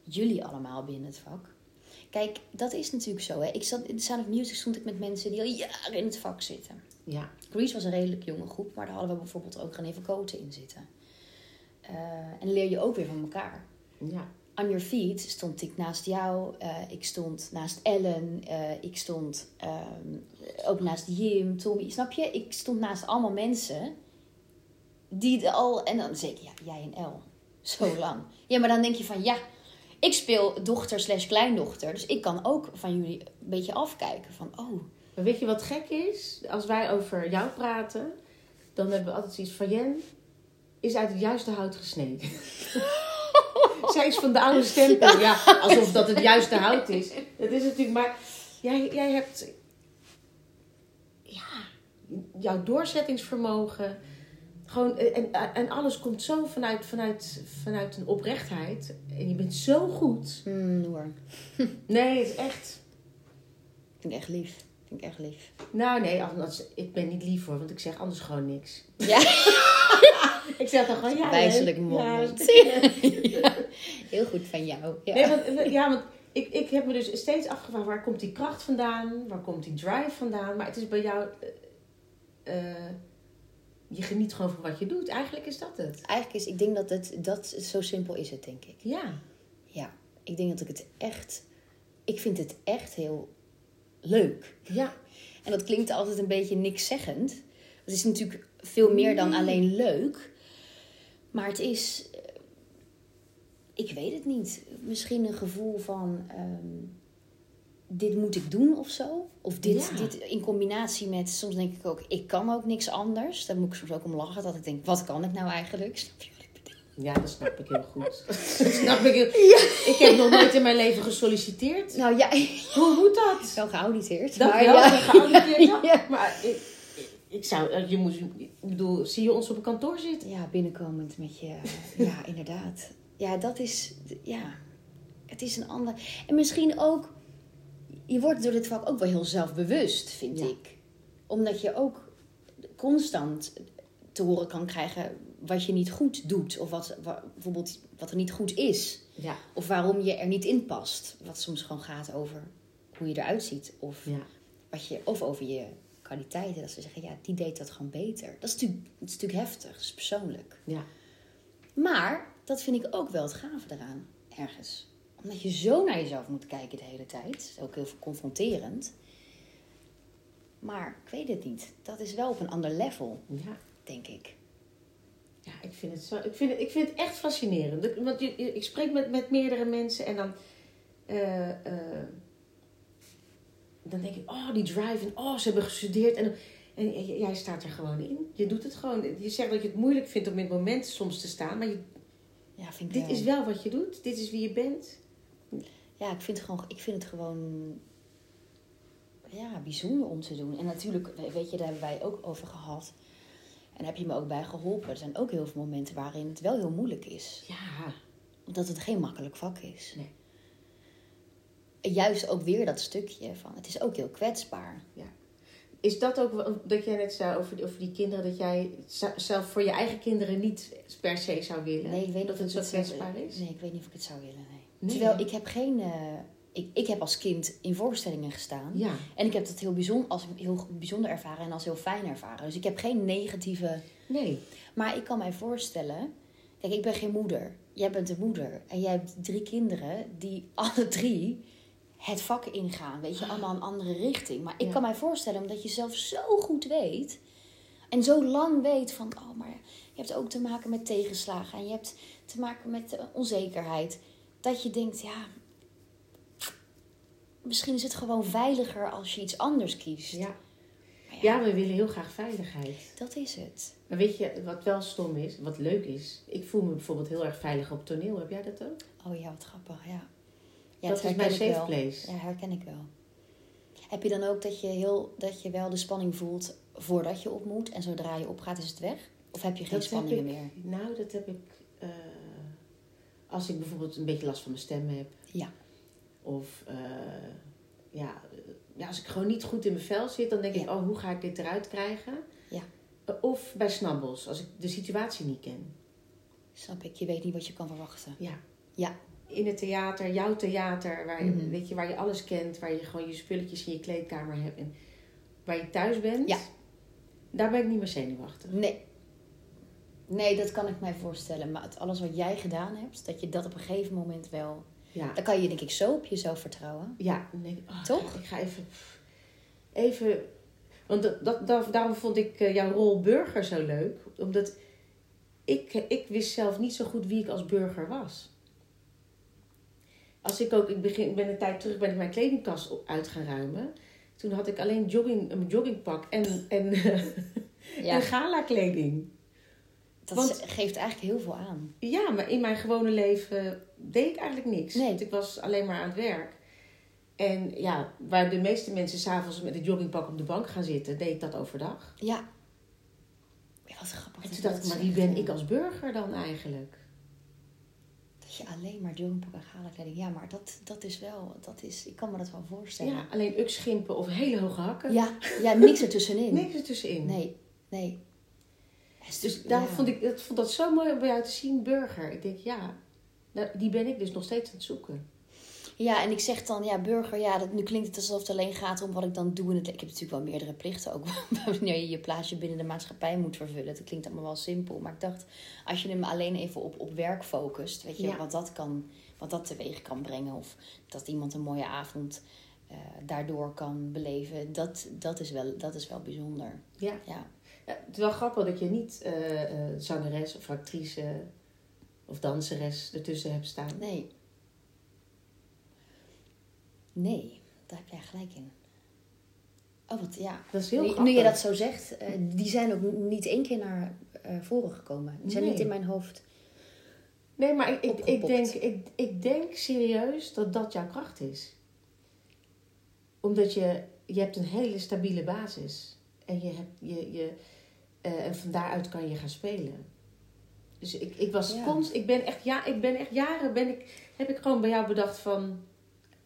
S3: jullie allemaal binnen het vak. Kijk, dat is natuurlijk zo. Hè. Ik zat, in de Sound of Music stond ik met mensen die al jaren in het vak zitten.
S1: Ja.
S3: Greece was een redelijk jonge groep, maar daar hadden we bijvoorbeeld ook René van Koten in zitten. Eh, en dan leer je ook weer van elkaar.
S1: Ja.
S3: On Your Feet stond ik naast jou, eh, ik stond naast Ellen, eh, ik stond ehm, ook naast Jim, Tommy, snap je? Ik stond naast allemaal mensen die het al, en dan zeker ja, jij en El,
S1: (laughs)
S3: zo lang. Ja, maar dan denk je van ja, ik speel dochter slash kleindochter, dus ik kan ook van jullie een beetje afkijken van oh,
S1: Maar weet je wat gek is? Als wij over jou praten, dan hebben we altijd zoiets van... Jen is uit het juiste hout gesneden. (laughs) Zij is van de oude stempel. Ja, alsof dat het juiste hout is. Dat is natuurlijk maar... Jij, jij hebt... Ja, jouw doorzettingsvermogen... Gewoon, eh, en, en alles komt zo vanuit, vanuit, vanuit een oprechtheid. En je bent zo goed.
S3: hmm, hoor,
S1: Nee, het is echt...
S3: vind ik echt lief, vind ik echt lief.
S1: Nou nee, anders, ik ben niet lief hoor, want ik zeg anders gewoon niks.
S3: Ja,
S1: (laughs) Ik zeg dan gewoon ja.
S3: wijselijk
S1: leuk.
S3: (laughs) mond.
S1: Ja.
S3: Heel goed van jou. Ja.
S1: Nee, want, ja, want ik, ik heb me dus steeds afgevraagd, waar komt die kracht vandaan? Waar komt die drive vandaan? Maar het is bij jou, eh, eh, je geniet gewoon van wat je doet. Eigenlijk is dat het.
S3: Eigenlijk is, ik denk dat het, dat, zo simpel is het, denk ik.
S1: Ja.
S3: Ja, ik denk dat ik het echt, ik vind het echt heel leuk.
S1: Ja.
S3: En dat klinkt altijd een beetje niks zeggend. Het is natuurlijk veel meer dan alleen leuk. Maar het is, eh, ik weet het niet, misschien een gevoel van ehm, dit moet ik doen of zo. Of dit,
S1: Ja.
S3: dit in combinatie met, soms denk ik ook, ik kan ook niks anders. Daar moet ik soms ook om lachen, dat ik denk, wat kan ik nou eigenlijk? Snap je wat ik bedoel?
S1: Ja, dat snap ik heel
S3: (laughs)
S1: goed. Dat snap ik heel... Ik heb nog nooit in mijn leven gesolliciteerd.
S3: Nou ja,
S1: Hoe moet dat?
S3: Wel geauditeerd.
S1: Dat
S3: maar
S1: wel,
S3: ja.
S1: dat geauditeerd. ja.
S3: Ja.
S1: Maar ik, ik zou, eh, je moet, ik bedoel, zie je ons op een kantoor zitten?
S3: Ja, binnenkomend met je. Ja, inderdaad. Ja, dat is. Ja, het is een ander. En misschien ook. Je wordt door dit vak ook wel heel zelfbewust, vind
S1: Ja.
S3: ik. Omdat je ook constant te horen kan krijgen wat je niet goed doet. Of wat, wa- bijvoorbeeld wat er niet goed is.
S1: Ja.
S3: Of waarom je er niet in past. Wat soms gewoon gaat over hoe je eruit ziet. Of
S1: Ja.
S3: wat je, of over je kwaliteiten. Dat ze zeggen, ja, die deed dat gewoon beter. Dat is natuurlijk, dat is natuurlijk heftig, dat is persoonlijk.
S1: Ja.
S3: Maar dat vind ik ook wel het gave eraan, ergens. Omdat je zo naar jezelf moet kijken de hele tijd. Dat is ook heel veel confronterend. Maar ik weet het niet. Dat is wel op een ander level,
S1: ja.
S3: denk ik.
S1: Ja, ik vind het, zo, ik vind het, ik vind het echt fascinerend. Ik- Want je- je- ik spreek met, met meerdere mensen en dan, eh, eh, dan denk ik, oh, die drive en oh, ze hebben gestudeerd. En, en j- jij staat er gewoon in. Je doet het gewoon. Je zegt dat je het moeilijk vindt om in het moment soms te staan, maar je-
S3: Ja, vind ik
S1: dit is wel wat je doet. Dit is wie je bent.
S3: Ja, ik vind, het gewoon, ik vind het gewoon ja, bijzonder om te doen. En natuurlijk, we- weet je, daar hebben wij ook over gehad. En daar heb je me ook bij geholpen. Er zijn ook heel veel momenten waarin het wel heel moeilijk is.
S1: Ja,
S3: Omdat het geen makkelijk vak is.
S1: Nee.
S3: En juist ook weer dat stukje van, het is ook heel kwetsbaar.
S1: Is dat ook wel- dat jij net zei over die, over die kinderen, dat jij z- zelf voor je eigen kinderen niet per se zou willen?
S3: Nee, ik weet
S1: dat
S3: niet
S1: het
S3: of
S1: zo
S3: ik het zou-
S1: kwetsbaar is?
S3: Nee, ik weet niet of ik het zou willen, nee.
S1: Nee.
S3: Terwijl ik heb geen... eh, ik, ik heb als kind in voorstellingen gestaan.
S1: Ja,
S3: En ik heb dat heel bijzonder, als heel bijzonder ervaren en als heel fijn ervaren. Dus ik heb geen negatieve
S1: nee.
S3: Maar ik kan mij voorstellen. Kijk, ik ben geen moeder. Jij bent een moeder. En jij hebt drie kinderen die alle drie het vak ingaan. Weet je, allemaal een andere richting. Maar ik
S1: Ja.
S3: kan mij voorstellen, omdat je zelf zo goed weet. En zo lang weet van, oh, maar je hebt ook te maken met tegenslagen. En je hebt te maken met eh, onzekerheid. Dat je denkt, ja, misschien is het gewoon veiliger als je iets anders kiest.
S1: Ja.
S3: Maar ja,
S1: ja, we willen heel graag veiligheid.
S3: dat is het.
S1: Maar weet je wat wel stom is, wat leuk is? Ik voel me bijvoorbeeld heel erg veilig op toneel. Heb jij dat ook?
S3: Oh ja, wat grappig, ja. ja
S1: dat is
S3: herken
S1: mijn
S3: ik
S1: safe
S3: wel.
S1: place.
S3: Ja, herken ik wel. Heb je dan ook dat je, heel, dat je wel de spanning voelt voordat je op moet en zodra je opgaat is het weg? Of heb je geen
S1: Dat heb ik.
S3: spanningen meer?
S1: Nou, dat heb ik eh, als ik bijvoorbeeld een beetje last van mijn stem heb.
S3: Ja.
S1: Of eh, ja, eh, ja, als ik gewoon niet goed in mijn vel zit, dan denk ik, oh, hoe ga ik dit eruit krijgen?
S3: Ja.
S1: Eh, Of bij snabbels, als ik de situatie niet ken.
S3: Snap ik, je weet niet wat je kan verwachten.
S1: Ja.
S3: Ja.
S1: In het theater, jouw theater, waar je,
S3: Mhm.
S1: weet je, waar je alles kent, waar je gewoon je spulletjes in je kleedkamer hebt en waar je thuis bent.
S3: Ja.
S1: Daar ben ik niet meer zenuwachtig.
S3: Nee. Nee, dat kan ik mij voorstellen. Maar het, alles wat jij gedaan hebt, dat je dat op een gegeven moment wel...
S1: Ja.
S3: Dan kan je denk ik zo op jezelf vertrouwen.
S1: Ja, dan denk ik, oh,
S3: Toch?
S1: Ik ga even. even want dat, dat, dat- daarom vond ik eh, jouw rol burger zo leuk. Omdat ik, ik wist zelf niet zo goed wie ik als burger was. Als ik ook, ik begin, ik ben een tijd terug, ben ik mijn kledingkast op, uit gaan ruimen. Toen had ik alleen jogging, een joggingpak en, en, (laughs) en
S3: Ja,
S1: gala kleding.
S3: dat
S1: want-
S3: geeft eigenlijk heel veel aan.
S1: Ja, maar in mijn gewone leven deed ik eigenlijk niks.
S3: Nee.
S1: Want ik was alleen maar aan het werk. En ja, waar de meeste mensen s'avonds met een joggingpak op de bank gaan zitten, deed ik dat overdag.
S3: Ja. Ja, Wat grappig.
S1: En toen
S3: Oh, dat je
S1: dacht
S3: dat
S1: ik, maar wie
S3: zegt,
S1: ben
S3: ja.
S1: ik als burger dan eigenlijk?
S3: Dat je alleen maar joggingpak en galakleding. Ja, maar dat, dat is wel... Dat is, ik kan me dat wel voorstellen.
S1: Ja, alleen ukschimpen of hele hoge hakken.
S3: Ja, ja niks ertussenin.
S1: Niks ertussenin.
S3: Nee, nee.
S1: Dus daar
S3: Ja.
S1: vond ik dat, vond dat zo mooi om bij jou te zien, burger. Ik denk, ja, nou, die ben ik dus nog steeds aan het zoeken.
S3: Ja, en ik zeg dan, ja, burger, ja, dat, nu klinkt het alsof het alleen gaat om wat ik dan doe. In het, le- ik heb natuurlijk wel meerdere plichten ook. (laughs) wanneer je je plaatsje binnen de maatschappij moet vervullen. Dat klinkt allemaal wel simpel. Maar ik dacht, als je hem alleen even op, op werk focust, weet je,
S1: Ja.
S3: wat, dat kan, wat dat teweeg kan brengen. Of dat iemand een mooie avond eh, daardoor kan beleven. Dat, dat, is wel, dat is wel bijzonder.
S1: Ja.
S3: Ja.
S1: Ja, het is wel grappig dat je niet eh, eh, zangeres of actrice of danseres ertussen hebt staan.
S3: Nee. Nee, daar heb jij gelijk in. Oh, wat ja.
S1: Dat is heel
S3: nu, nu
S1: grappig.
S3: je dat zo zegt, eh, die zijn ook niet één keer naar eh, voren gekomen. Die zijn
S1: Nee.
S3: niet in mijn hoofd.
S1: Nee, maar ik, ik, ik,
S3: Opgepopt.
S1: denk, ik, ik denk serieus dat dat jouw kracht is. Omdat je, je hebt een hele stabiele basis. En, je hebt, je, je, eh, en van daaruit kan je gaan spelen. Dus ik, ik was
S3: Ja.
S1: const, ik ben echt, ja, ik ben echt jaren, ben ik, heb ik gewoon bij jou bedacht van,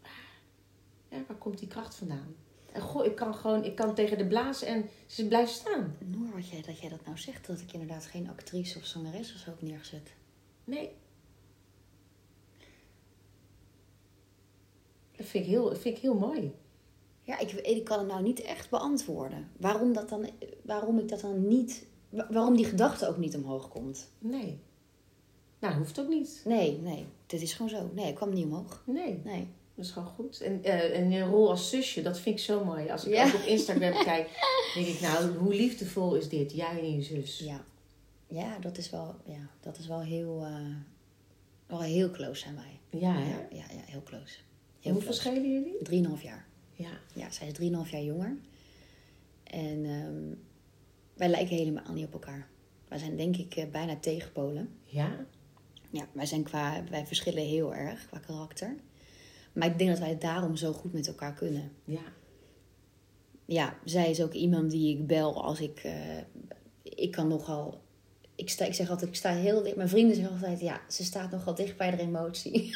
S1: "Ah, ja, waar komt die kracht vandaan? En goh, ik kan gewoon, ik kan tegen de blaas en ze blijft staan.
S3: Noor, wat jij, dat jij dat nou zegt, dat ik inderdaad geen actrice of zangeres of zo heb neergezet.
S1: Nee. Dat vind ik heel, dat vind ik heel mooi.
S3: Ja, ik, ik kan het nou niet echt beantwoorden. Waarom, dat dan, eh, waarom ik dat dan niet... wa- Waarom die gedachte ook niet omhoog komt.
S1: Nee. Nou, hoeft ook niet.
S3: Nee, nee. Dit is gewoon zo. Nee, ik kwam niet omhoog.
S1: Nee,
S3: Nee.
S1: dat is gewoon goed. En, eh, en je rol als zusje, dat vind ik zo mooi. Als ik
S3: Ja.
S1: ook op Instagram kijk, denk ik, nou, hoe liefdevol is dit? Jij en je zus.
S3: Ja, ja, dat, is wel, ja dat is wel heel, eh, wel heel close zijn wij.
S1: Ja,
S3: Ja,
S1: hè?
S3: ja, ja, heel close. Heel
S1: Hoeveel schelen jullie?
S3: Drieënhalf jaar.
S1: Ja.
S3: Ja, zij is drieënhalf jaar jonger. En ehm, wij lijken helemaal niet op elkaar. Wij zijn denk ik eh, bijna tegenpolen.
S1: Ja?
S3: Ja, wij, zijn qua, wij verschillen heel erg qua karakter. Maar ik denk dat wij het daarom zo goed met elkaar kunnen.
S1: Ja.
S3: ja, zij is ook iemand die ik bel als ik. eh, ik kan nogal. Ik, sta, ik zeg altijd, ik sta heel dicht. Mijn vrienden zeggen altijd, ja, ze staat nogal dicht bij de emotie.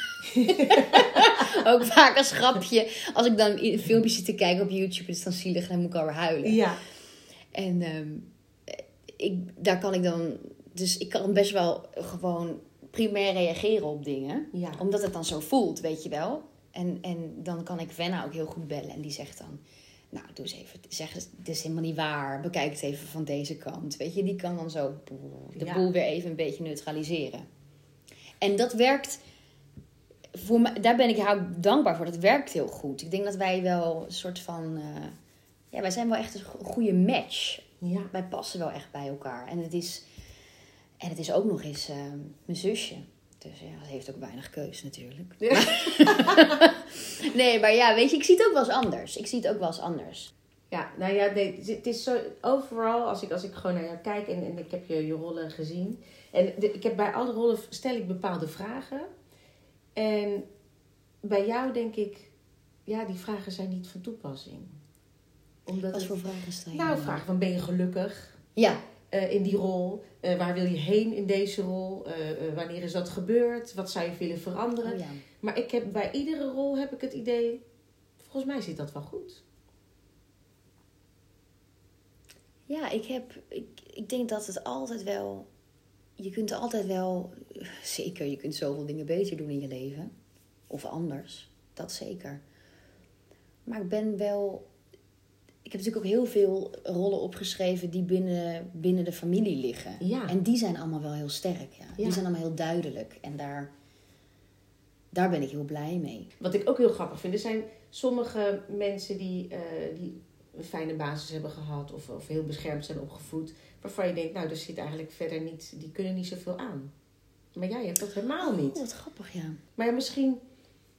S3: ook vaak als grapje. Als ik dan i- filmpjes zit te kijken op YouTube, het is dan zielig en dan moet ik alweer huilen.
S1: Ja.
S3: En ehm, ik, daar kan ik dan. Dus ik kan best wel gewoon primair reageren op dingen.
S1: Ja.
S3: Omdat het dan zo voelt, weet je wel. En, en dan kan ik Venna ook heel goed bellen. En die zegt dan, nou, doe eens even. Zeg eens, dit is helemaal niet waar. Bekijk het even van deze kant. Weet je, die kan dan zo de
S1: Ja.
S3: boel weer even een beetje neutraliseren. En dat werkt, voor mij, daar ben ik haar dankbaar voor. Dat werkt heel goed. Ik denk dat wij wel een soort van, eh, ja, wij zijn wel echt een go- goede match.
S1: Ja.
S3: Wij passen wel echt bij elkaar. En het is, en het is ook nog eens eh, mijn zusje. Dus ja, ze heeft ook weinig keus natuurlijk. (laughs) Nee, maar ja, weet je, ik zie het ook wel eens anders. Ik zie het ook wel eens anders.
S1: Ja, nou ja, nee, het is- het is zo overal, als ik, als ik gewoon naar jou kijk en, en ik heb je, je rollen gezien. En de- ik heb bij alle rollen stel ik bepaalde vragen. En bij jou denk ik, ja, die vragen zijn niet van toepassing. Omdat
S3: Wat
S1: het-
S3: voor vragen stel je?
S1: nou,
S3: dan?
S1: vragen van ben je gelukkig
S3: Ja,
S1: eh, in die rol? Eh, waar wil je heen in deze rol? Eh, eh, wanneer is dat gebeurd? Wat zou je willen veranderen?
S3: oh ja.
S1: Maar ik heb, bij iedere rol heb ik het idee, volgens mij zit dat wel goed.
S3: Ja, ik heb. Ik, ik denk dat het altijd wel. Je kunt altijd wel. Zeker, je kunt zoveel dingen beter doen in je leven. Of anders. Dat zeker. Maar ik ben wel. Ik heb natuurlijk ook heel veel rollen opgeschreven die binnen, binnen de familie liggen.
S1: Ja.
S3: En die zijn allemaal wel heel sterk. Ja.
S1: Ja.
S3: Die zijn allemaal heel duidelijk. En daar, daar ben ik heel blij mee.
S1: Wat ik ook heel grappig vind, er zijn sommige mensen die, eh, die een fijne basis hebben gehad of, of heel beschermd zijn opgevoed, waarvan je denkt, nou, daar zit eigenlijk verder niet, die kunnen niet zoveel aan. Maar jij hebt dat helemaal
S3: Oh,
S1: niet.
S3: wat grappig, ja.
S1: Maar ja, misschien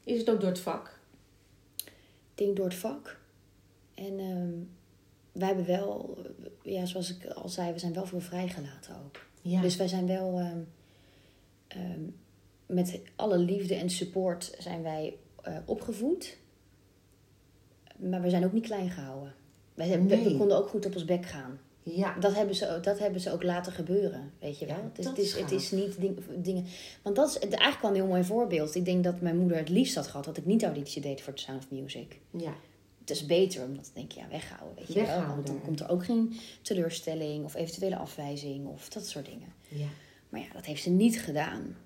S1: is het ook door het vak.
S3: Ik denk door het vak. En ehm, wij hebben wel, eh, ja, zoals ik al zei, we zijn wel veel vrijgelaten ook.
S1: Ja.
S3: Dus wij zijn wel ehm, ehm, met alle liefde en support zijn wij eh, opgevoed. Maar we zijn ook niet klein gehouden. Wij zijn- we- we
S1: Nee.
S3: konden ook goed op ons bek gaan.
S1: ja.
S3: Dat hebben, ze, ook- dat hebben ze ook laten gebeuren, weet je wel.
S1: Ja,
S3: het, is,
S1: dat
S3: het, is,
S1: is
S3: het is niet ding- dingen... Want dat is het- eigenlijk wel een heel mooi voorbeeld. Ik denk dat mijn moeder het liefst had gehad dat ik niet auditie deed voor The Sound of Music
S1: ja.
S3: het is beter omdat dan denk je, ja, weghouden. Weet je wel?
S1: Weghouden.
S3: Want dan komt er ook geen teleurstelling of eventuele afwijzing of dat soort dingen.
S1: ja.
S3: Maar ja, dat heeft ze niet gedaan.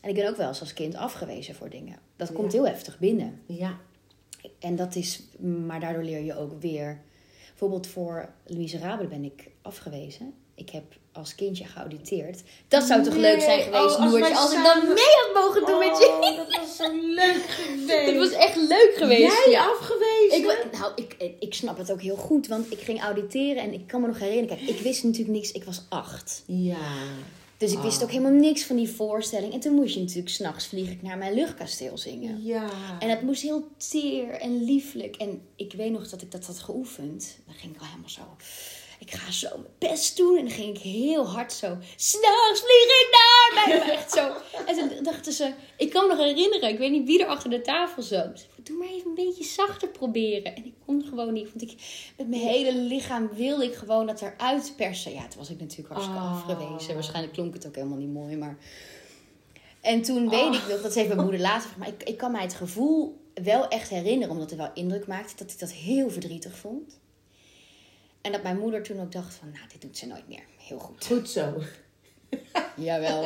S3: En ik ben ook wel eens als kind afgewezen voor dingen. Dat komt heel heftig binnen.
S1: Ja.
S3: En dat is, maar daardoor leer je ook weer. Bijvoorbeeld voor Louise Rabel ben ik afgewezen. Ik heb als kindje geauditeerd. Dat zou toch
S1: Nee.
S3: leuk zijn
S1: Oh,
S3: geweest,
S1: als
S3: Noertje,
S1: wij
S3: als ik dan
S1: samen- Oh,
S3: mee had mogen doen met je.
S1: dat was zo leuk geweest.
S3: (laughs) Dat was echt leuk geweest.
S1: Jij
S3: ja.
S1: afgewezen?
S3: Ik, wa- nou, ik, ik snap het ook heel goed, want ik ging auditeren en ik kan me nog herinneren. Kijk, ik wist natuurlijk niks, ik was acht.
S1: Ja.
S3: Dus ik wist
S1: Oh.
S3: ook helemaal niks van die voorstelling. En toen moest je natuurlijk s'nachts vlieg ik naar mijn luchtkasteel zingen.
S1: Ja.
S3: En dat moest heel teer en lieflijk. En ik weet nog dat ik dat had geoefend. Dan ging ik al helemaal zo. Ik ga zo mijn best doen. En dan ging ik heel hard zo. S'nachts vlieg ik naar mij. Maar Echt zo. En toen dachten ze. Ik kan me nog herinneren. Ik weet niet wie er achter de tafel zat. Ze zei, Doe maar even een beetje zachter proberen. En ik kon gewoon niet. Want ik, met mijn hele lichaam wilde ik gewoon dat eruit persen. Ja, toen was ik natuurlijk hartstikke
S1: Ah.
S3: afgewezen. Waarschijnlijk klonk het ook helemaal niet mooi. Maar en toen
S1: Oh.
S3: weet ik nog, dat heeft mijn moeder later gevraagd, maar ik, ik kan mij het gevoel wel echt herinneren, omdat het wel indruk maakte, dat ik dat heel verdrietig vond. En dat mijn moeder toen ook dacht van, nou, dit doet ze nooit meer. Heel goed.
S1: Goed zo. (laughs)
S3: Jawel,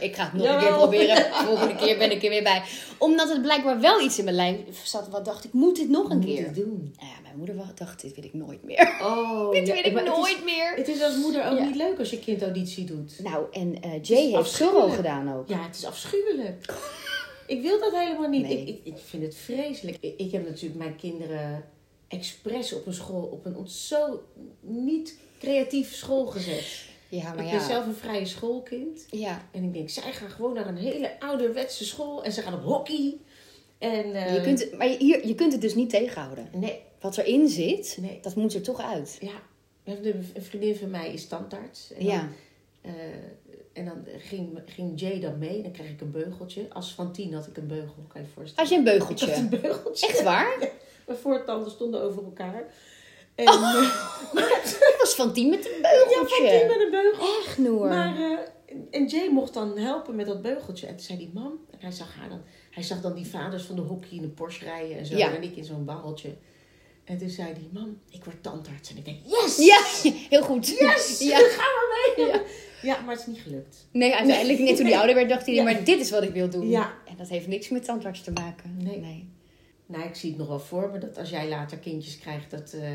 S3: ik ga het nog een keer
S1: Jawel.
S3: proberen. Volgende keer ben ik er weer bij. Omdat het blijkbaar wel iets in mijn lijf zat, wat dacht ik, moet dit nog een
S1: Moet
S3: keer?
S1: het doen.
S3: Nou ja, mijn moeder wa- dacht, dit wil ik nooit meer.
S1: Oh,
S3: (laughs) Dit
S1: ja,
S3: wil ik
S1: maar het is-
S3: nooit meer.
S1: Het is als moeder ook
S3: Ja.
S1: niet leuk als je kind auditie doet.
S3: Nou, en eh, Jay heeft Zorro
S1: afschuwelijk.
S3: gedaan ook.
S1: Ja, het is afschuwelijk. (laughs) ik wil dat helemaal niet.
S3: Nee.
S1: Ik, ik, ik vind het vreselijk. Ik, ik heb natuurlijk mijn kinderen expres op een school, op een ont- zo niet creatief school gezet.
S3: Ja, maar
S1: ik ben
S3: ja.
S1: zelf een vrije schoolkind.
S3: Ja,
S1: En ik denk, zij gaan gewoon naar een hele ouderwetse school. En ze gaan op hockey. En, eh,
S3: je kunt, het- maar je- hier, je kunt het dus niet tegenhouden.
S1: Nee,
S3: Wat erin zit,
S1: Nee.
S3: dat moet er toch uit.
S1: ja. Een vriendin van mij is tandarts. En
S3: Ja,
S1: Eh, en dan ging, ging Jay dan mee. Dan kreeg ik een beugeltje. Als van tien had ik een beugel, kan je je voorstellen.
S3: had je een
S1: Ik had
S3: beugeltje.
S1: een beugeltje.
S3: Echt
S1: (laughs)
S3: waar?
S1: Mijn voortanden stonden over elkaar. En
S3: (laughs) Dat was Oh, van tien met
S1: eh,
S3: een
S1: ja, van tien
S3: beugeltje.
S1: met een beugel.
S3: Echt Noor.
S1: Maar, eh, en Jay mocht dan helpen met dat beugeltje. En toen zei die mam, en hij zag haar dan, hij zag dan die vaders van de hockey in de Porsche rijden en zo.
S3: Ja.
S1: En ik in zo'n barreltje. En toen zei die mam, ik word tandarts. En ik denk, yes!
S3: Ja, heel goed.
S1: Yes!
S3: Ja.
S1: Daar gaan we mee!
S3: Ja.
S1: Ja. ja, maar het is niet gelukt.
S3: Nee, uiteindelijk net toen hij ouder werd dacht hij,
S1: Ja.
S3: maar dit is wat ik wil doen.
S1: Ja.
S3: En dat heeft niks met tandarts te maken.
S1: Nee. Nou, ik zie het nog wel voor me dat als jij later kindjes krijgt, dat, eh,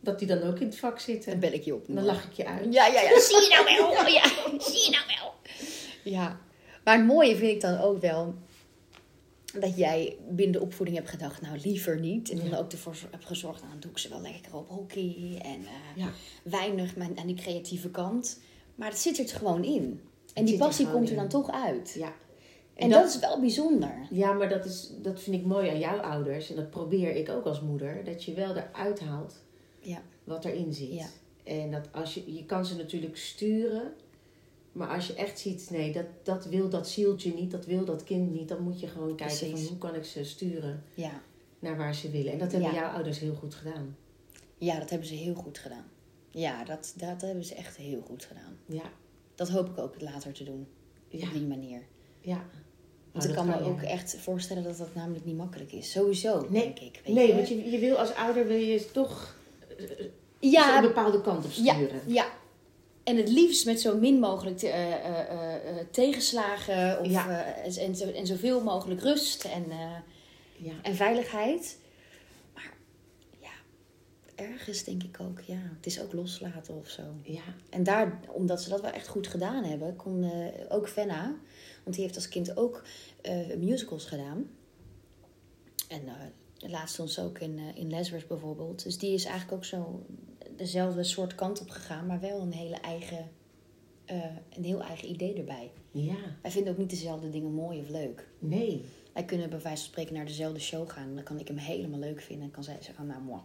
S1: dat die dan ook in het vak zitten.
S3: Dan bel ik je op.
S1: Dan
S3: Noor.
S1: lach ik je uit.
S3: Ja, ja, ja. Zie je nou wel? Ja, zie je nou wel? Ja. Maar het mooie vind ik dan ook wel dat jij binnen de opvoeding hebt gedacht, nou liever niet. En dan
S1: Ja.
S3: ook ervoor zor- hebt gezorgd, nou dan doe ik ze wel lekker op hockey en eh,
S1: Ja.
S3: weinig maar aan die creatieve kant. Maar het zit er gewoon in. En
S1: Het
S3: die
S1: zit er
S3: passie
S1: gewoon
S3: komt er
S1: in.
S3: dan toch uit.
S1: Ja.
S3: En, dat, is wel bijzonder.
S1: Ja, maar dat, is, dat vind ik mooi aan jouw ouders. En dat probeer ik ook als moeder. Dat je wel eruit haalt
S3: Ja.
S1: wat erin zit.
S3: Ja.
S1: En dat als je, je kan ze natuurlijk sturen. Maar als je echt ziet, nee, dat, dat wil dat zieltje niet. Dat wil dat kind niet. Dan moet je gewoon kijken
S3: Precies.
S1: van hoe kan ik ze sturen
S3: Ja.
S1: naar waar ze willen. En dat hebben
S3: Ja.
S1: jouw ouders heel goed gedaan.
S3: ja, dat hebben ze heel goed gedaan. Ja, dat, dat hebben ze echt heel goed gedaan.
S1: Ja.
S3: Dat hoop ik ook later te doen,
S1: Ja.
S3: op die manier.
S1: Ja.
S3: Want
S1: Oh,
S3: ik
S1: dat
S3: kan me
S1: je.
S3: ook echt voorstellen dat dat namelijk niet makkelijk is. Sowieso,
S1: Nee.
S3: denk ik. Weet
S1: Nee,
S3: je?
S1: want je, je wil als ouder wil je toch ze een
S3: Ja,
S1: bepaalde kant op
S3: ja,
S1: sturen.
S3: ja. En het liefst met zo min mogelijk te- eh, eh, eh, eh, tegenslagen of,
S1: Ja.
S3: eh, en- en, zo, en zoveel mogelijk rust en, eh,
S1: Ja.
S3: en veiligheid. Maar ja, ergens denk ik ook, ja, het is ook loslaten of zo.
S1: Ja.
S3: En daar, omdat ze dat wel echt goed gedaan hebben, kon eh, ook Venna, want die heeft als kind ook eh, musicals gedaan. En eh, laatst ons ook in, eh, in Lesbos bijvoorbeeld. Dus die is eigenlijk ook zo dezelfde soort kant op gegaan, maar wel een hele eigen, eh, een heel eigen idee erbij.
S1: Ja.
S3: Wij vinden ook niet dezelfde dingen mooi of leuk.
S1: Nee.
S3: Wij kunnen bij wijze van spreken naar dezelfde show gaan. en Dan kan ik hem helemaal leuk vinden en kan zij zeggen, nou mooi.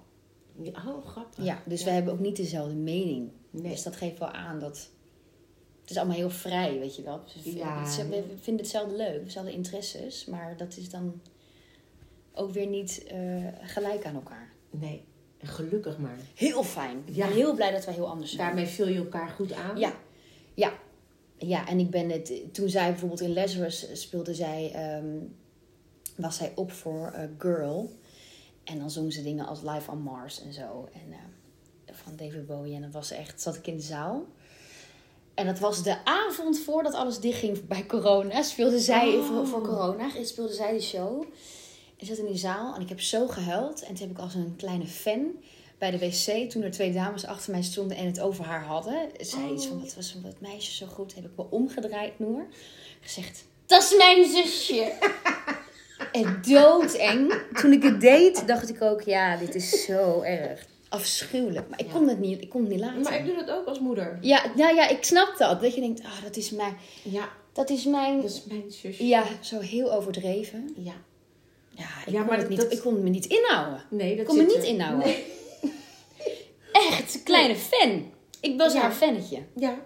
S1: Ja, Oh, grappig.
S3: Ja, dus wij hebben ook niet dezelfde mening.
S1: Nee.
S3: Dus dat geeft wel aan dat... Het is allemaal heel vrij, weet je wel. Ze
S1: Ja.
S3: vinden- ze- we vinden hetzelfde leuk, dezelfde interesses. Maar dat is dan ook weer niet eh, gelijk aan elkaar.
S1: Nee. En gelukkig maar.
S3: Heel fijn.
S1: Ja.
S3: Ik ben heel blij dat wij heel anders zijn.
S1: Daarmee vul je elkaar goed aan.
S3: Ja, ja. Ja, en ik ben het... Toen zij bijvoorbeeld in Lazarus eh, speelde zij... ehm, was zij op voor eh, Girl. En dan zong ze dingen als Live on Mars en zo. En eh, van David Bowie. En dat was echt... Zat ik in de zaal. En dat was de avond voordat alles dichtging bij corona. Speelde zij voor, voor corona, speelde zij de show. En zat in die zaal en ik heb zo gehuild. En toen heb ik als een kleine fan bij de wc, toen er twee dames achter mij stonden en het over haar hadden, zei iets
S1: Oh.
S3: van: Wat was van dat meisje zo goed? Heb ik me omgedraaid, Noor. Gezegd: Dat is mijn zusje. (laughs) en doodeng. Toen ik het deed, dacht ik ook: Ja, dit is zo erg. Afschuwelijk. Maar ik kon het niet, ik kon het niet laten.
S1: Maar ik doe dat ook als moeder.
S3: Ja, nou ja, ik snap dat. Dat je denkt, ah, dat is mijn...
S1: Ja,
S3: Dat is mijn...
S1: dat is mijn zusje.
S3: Ja, zo heel overdreven.
S1: Ja.
S3: Ja, ik,
S1: Ja,
S3: kon,
S1: maar
S3: het
S1: dat-
S3: niet,
S1: dat-
S3: ik kon me niet inhouden.
S1: Nee, dat
S3: Ik kon me
S1: zit eh,
S3: niet
S1: er.
S3: inhouden.
S1: Nee.
S3: (laughs) Echt, kleine fan. Ik was
S1: Ja.
S3: haar fannetje.
S1: Ja.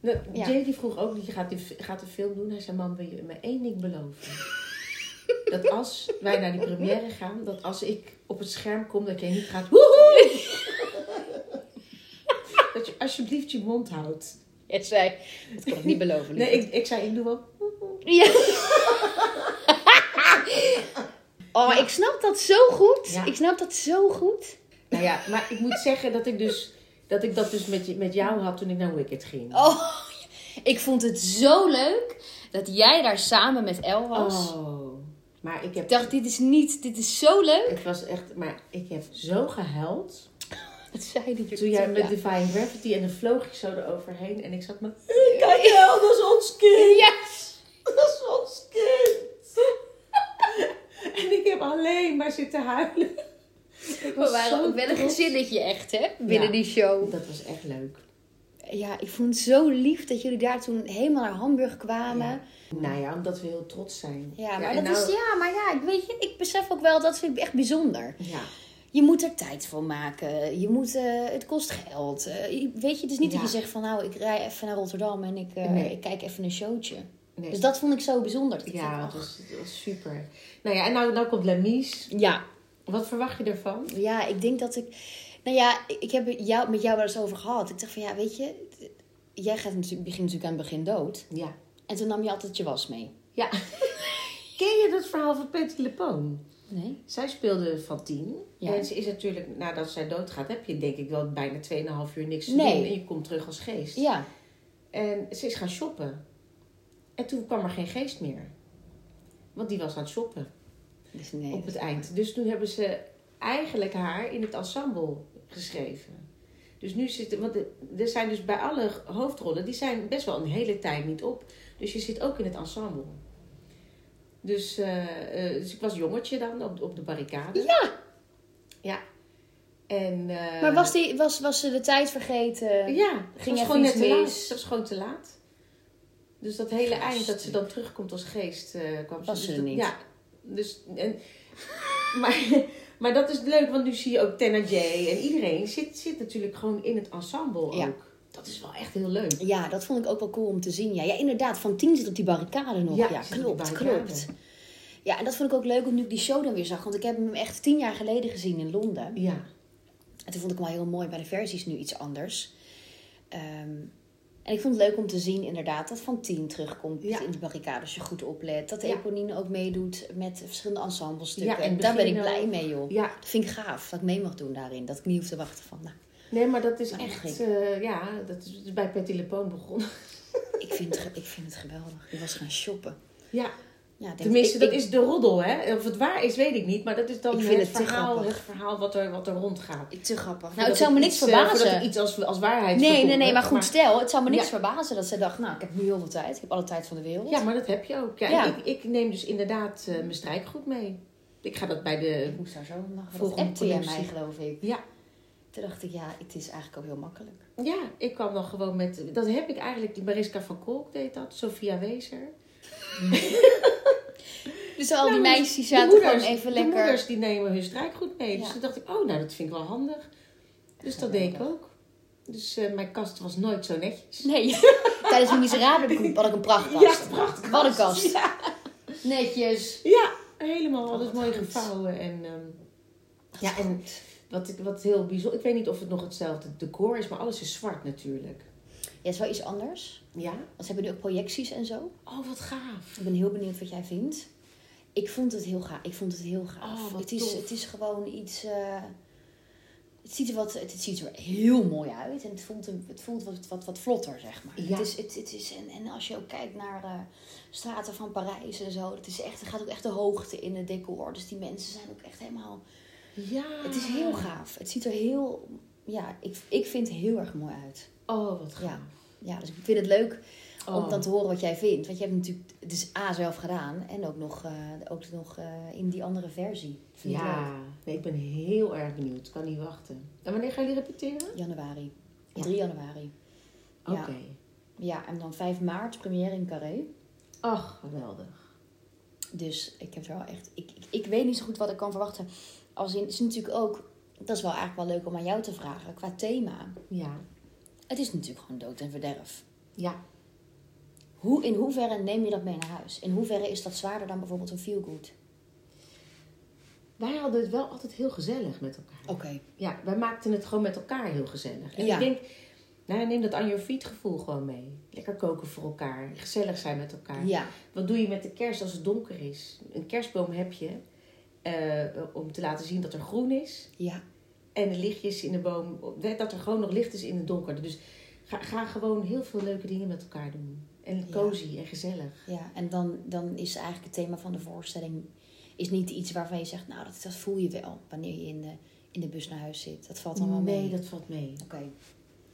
S1: De,
S3: Ja.
S1: Jay die vroeg ook, je gaat, die, gaat een film doen. Hij zei, mam, wil je me één ding
S3: (laughs)
S1: beloven? dat als wij naar die première gaan, dat als ik op het scherm kom, dat jij niet gaat woehoe!
S3: (laughs)
S1: dat je alsjeblieft je mond houdt.
S3: Het zei, dat kon ik niet beloven.
S1: Nee,
S3: lieverd.
S1: ik, ik zei, ik doe wel... woehoe.
S3: Ja. (laughs) oh, maar ik snap dat zo goed.
S1: Ja.
S3: Ik snap dat zo goed.
S1: Nou ja, maar ik moet zeggen dat ik dus... Dat ik dat dus met, je- met jou had toen ik naar Wicked ging.
S3: Oh, ik vond het zo leuk dat jij daar samen met El was.
S1: Oh. Maar ik heb...
S3: Ik dacht, dit is niet, dit is zo leuk.
S1: Het was echt... Maar ik heb zo gehuild.
S3: Dat zei die
S1: Toen jij met
S3: (laughs) Ja.
S1: Divine Gravity en dan vloog ik zo eroverheen en ik zat me. Kijk wel, dat is ons kind!
S3: Yes!
S1: Dat is ons kind! en ik heb alleen maar zitten huilen. Ik
S3: We
S1: was
S3: waren
S1: zo
S3: ook wel een
S1: trots.
S3: gezinnetje echt, hè? Binnen
S1: Ja.
S3: die show.
S1: Dat was echt leuk.
S3: Ja, ik vond het zo lief dat jullie daar toen helemaal naar Hamburg kwamen.
S1: Ja.
S3: Ja,
S1: Nou ja, omdat we heel trots zijn.
S3: maar
S1: en
S3: dat
S1: nou-
S3: is... Ja, maar ja, ik weet je, ik besef ook wel, dat vind ik echt bijzonder.
S1: Ja,
S3: Je moet er tijd voor maken. Je moet... eh, het kost geld. Eh, je- weet je, het is niet
S1: Ja.
S3: dat je zegt van... Nou, ik rij even naar Rotterdam en ik, eh,
S1: Nee.
S3: ik kijk even een showtje.
S1: nee.
S3: Dus dat vond ik zo bijzonder. Dat ik
S1: ja
S3: dacht,
S1: het,
S3: ach,
S1: was, het was super. Nou ja, en nou, nou komt Lamies.
S3: ja,
S1: Wat verwacht je ervan?
S3: Ja, ik denk dat ik. Nou ja, ik ik heb het jou, met jou wel eens over gehad. Ik dacht van ja, weet je, d- jij gaat natuurlijk, begint natuurlijk aan het begin dood.
S1: Ja.
S3: En toen nam je altijd je was mee.
S1: Ja. Ken je dat verhaal van Patty Lepoon?
S3: Nee?
S1: Zij speelde van tien.
S3: Ja.
S1: En ze is natuurlijk, nadat zij doodgaat, heb je denk ik wel bijna 2,5 uur niks te
S3: Nee.
S1: doen. En je komt terug als geest.
S3: Ja.
S1: En ze is gaan shoppen. En toen kwam er geen geest meer. Want die was aan het shoppen
S3: Dus nee.
S1: op het eind. Dus toen hebben ze eigenlijk haar in het ensemble geschreven. Dus nu zit, want er- er zijn dus bij alle hoofdrollen, die zijn best wel een hele tijd niet op. Dus je zit ook in het ensemble. Dus, eh, eh, dus ik was jongetje dan op, op de barricade.
S3: Ja,
S1: En, eh,
S3: maar was, die, was, was ze de tijd vergeten?
S1: Ja,
S3: Ging
S1: ging was
S3: echt
S1: gewoon net
S3: iets
S1: te laat.
S3: mis?
S1: Het was gewoon te laat. Dus dat hele
S3: Gast.
S1: eind dat ze dan terugkomt als geest eh, kwam
S3: Was
S1: dus
S3: ze er
S1: dat-
S3: niet.
S1: Ja, dus... En, maar, (laughs) maar dat is leuk, want nu zie je ook Thénardier en iedereen zit, zit natuurlijk gewoon in het ensemble
S3: Ja.
S1: ook. Dat is wel echt heel leuk.
S3: Ja, dat vond ik ook wel cool om te zien. Ja, ja inderdaad, van tien zit op die barricade nog.
S1: Ja, zit
S3: Ja,
S1: op die
S3: klopt,
S1: barricade.
S3: klopt. Ja, en dat vond ik ook leuk om nu ik die show dan weer zag. Want ik heb hem echt tien jaar geleden gezien in Londen.
S1: Ja,
S3: En toen vond ik hem wel heel mooi. Bij de versies nu iets anders. Ehm, en ik vond het leuk om te zien inderdaad dat Van Tien terugkomt
S1: Ja.
S3: in de barricade als je goed oplet. Dat
S1: Ja.
S3: Eponine ook meedoet met verschillende ensemblestukken.
S1: Ja, en
S3: en daar ben ik
S1: Begino.
S3: blij mee, joh.
S1: ja.
S3: Dat vind ik gaaf, dat ik mee mag doen daarin. Dat ik niet hoef te wachten van, nou,
S1: Nee, maar dat is
S3: Maar
S1: echt...
S3: dat
S1: eh, ja, dat is, dat is bij Patty Lepoon begonnen. (laughs)
S3: ik vind het, ge- ik vind het geweldig. Ik was gaan shoppen.
S1: Ja,
S3: Ja, ik denk,
S1: tenminste,
S3: ik-
S1: dat
S3: ik-
S1: is de roddel, hè. Of het waar is, weet ik niet. Maar dat is dan
S3: Ik vind
S1: het,
S3: het te
S1: verhaal,
S3: grappig.
S1: het verhaal wat er, wat er rondgaat.
S3: ik- te grappig. Nou,
S1: Voordat
S3: het zou me niks
S1: iets, eh,
S3: verbazen.
S1: voordat ik iets als, als waarheid
S3: nee, nee,
S1: verkondig.
S3: nee, maar goed, stel, het zou me niks
S1: Ja.
S3: verbazen dat zij dacht, nou, ik heb nu heel veel tijd. Ik heb alle tijd van de wereld.
S1: ja, maar dat heb je ook. Ja,
S3: Ja.
S1: Ik, ik neem dus inderdaad eh, mijn strijkgoed mee. Ik ga dat bij de...
S3: Ik moest daar zo om lachen. Dat
S1: Volgende
S3: appte jij mij,
S1: productie.
S3: geloof ik.
S1: Ja.
S3: Toen dacht ik, ja, het is eigenlijk ook heel makkelijk.
S1: Ja, ik kwam dan gewoon met... Dat heb ik eigenlijk... Die Mariska van Kolk deed dat. Sophia Wezer.
S3: Dus al
S1: Nou,
S3: die meisjes
S1: de
S3: zaten
S1: moeders-
S3: gewoon even
S1: De
S3: lekker.
S1: moeders die nemen hun strijkgoed mee. Dus
S3: Ja.
S1: toen dacht ik, oh, nou, dat vind ik wel handig. Dus dat deed ik
S3: Geweldig.
S1: ook. Dus eh, mijn kast was nooit zo netjes.
S3: (laughs) Nee. Tijdens mijn miserabele had ik een- had ik een prachtkast.
S1: Ja, prachtig.
S3: Wat een kast.
S1: Ja,
S3: Netjes.
S1: ja, helemaal alles
S3: wat
S1: mooi
S3: goed.
S1: gevouwen. En, ehm,
S3: Ja, en...
S1: Wat, ik- wat heel bijzonder... Ik weet niet of het nog hetzelfde decor is, maar alles is zwart natuurlijk.
S3: Ja, het is wel iets anders.
S1: Ja?
S3: Want ze hebben nu ook projecties en zo.
S1: Oh, wat gaaf.
S3: Ik ben heel benieuwd wat jij vindt. Ik vond het heel gaaf. Ik vond het heel gaaf.
S1: Oh, wat
S3: het, is,
S1: tof.
S3: het is gewoon iets... eh, Het ziet er, wat, het, het ziet er heel mooi uit en het voelt, een- het voelt wat, wat, wat vlotter, zeg maar.
S1: Ja.
S3: Het is, het, het is, en, en als je ook kijkt naar eh, straten van Parijs en zo, het, is echt, het gaat ook echt de hoogte in het decor. Dus die mensen zijn ook echt helemaal...
S1: Ja.
S3: Het is heel
S1: Ah.
S3: gaaf. Het ziet er heel... Ja, ik, ik vind het heel erg mooi uit.
S1: Oh, wat gaaf.
S3: Ja. ja, dus ik vind het leuk om
S1: Oh.
S3: dan te horen wat jij vindt. Want je hebt natuurlijk het is A zelf gedaan en ook nog, eh, ook nog eh, in die andere versie. Vind ik leuk.
S1: Ja, nee, ik ben heel erg benieuwd. Kan niet wachten. En wanneer gaan jullie repeteren?
S3: Januari.
S1: Ja.
S3: 3 januari.
S1: Oké.
S3: Ja. Ja, en dan 5 maart première in Carré.
S1: Ach, geweldig.
S3: Dus ik heb er wel echt... Ik, ik, ik weet niet zo goed wat ik kan verwachten. Als in, het is natuurlijk ook... Dat is wel eigenlijk wel leuk om aan jou te vragen. Qua thema.
S1: Ja.
S3: Het is natuurlijk gewoon dood en verderf.
S1: Ja.
S3: Hoe, in hoeverre neem je dat mee naar huis? In hoeverre is dat zwaarder dan bijvoorbeeld een feelgood?
S1: Wij hadden het wel altijd heel gezellig met elkaar.
S3: Oké.
S1: Ja, wij maakten het gewoon met elkaar heel gezellig. En
S3: Oh. Ja.
S1: ik denk, nou, neem dat on your feet gevoel gewoon mee. Lekker koken voor elkaar. Gezellig zijn met elkaar.
S3: Ja.
S1: Wat doe je met de kerst als het donker is? Een kerstboom heb je eh, om te laten zien dat er groen is.
S3: Ja.
S1: En de lichtjes in de boom. Dat er gewoon nog licht is in het donker. Dus ga, ga gewoon heel veel leuke dingen met elkaar doen. En
S3: Ja.
S1: cozy en gezellig.
S3: ja. En dan, dan is eigenlijk het thema van de voorstelling... Is niet iets waarvan je zegt... Nou, dat, dat voel je wel wanneer je in de, in de bus naar huis zit. Dat valt allemaal mee.
S1: Nee, dat valt mee.
S3: Oké.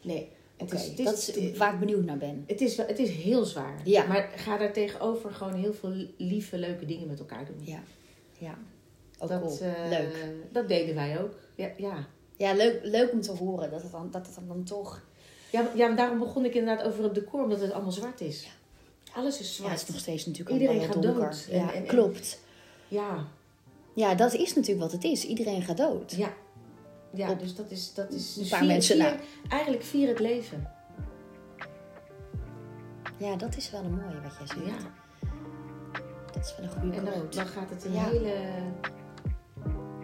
S1: Nee. Het
S3: Oké,
S1: is, het is,
S3: dat is eh, waar ik benieuwd naar ben.
S1: het, is, wel- het is heel zwaar.
S3: Ja.
S1: Maar ga daar tegenover gewoon heel veel lieve, leuke dingen met elkaar doen.
S3: Ja, ja. Ook
S1: dat,
S3: cool.
S1: eh,
S3: leuk.
S1: Dat deden wij ook. Ja, ja.
S3: Ja, leuk, leuk om te horen dat het dan, dat het dan, dan toch...
S1: Ja, maar- ja, maar daarom begon ik inderdaad over het decor, omdat het allemaal zwart is. Alles is
S3: Ja, het is
S1: zwart.
S3: nog steeds natuurlijk
S1: Iedereen
S3: allemaal
S1: gaat
S3: donker.
S1: dood.
S3: Ja,
S1: En- en-
S3: klopt.
S1: Ja,
S3: Ja, dat is natuurlijk wat het is. Iedereen gaat dood.
S1: ja. ja
S3: Op
S1: dus dat is... Dat is
S3: een
S1: dus
S3: paar mensen na.
S1: Eigenlijk vier het leven.
S3: Ja, dat is wel een mooie wat jij zegt.
S1: Ja.
S3: Dat is wel een goede
S1: En dan,
S3: quote.
S1: dan gaat het een
S3: Ja.
S1: hele,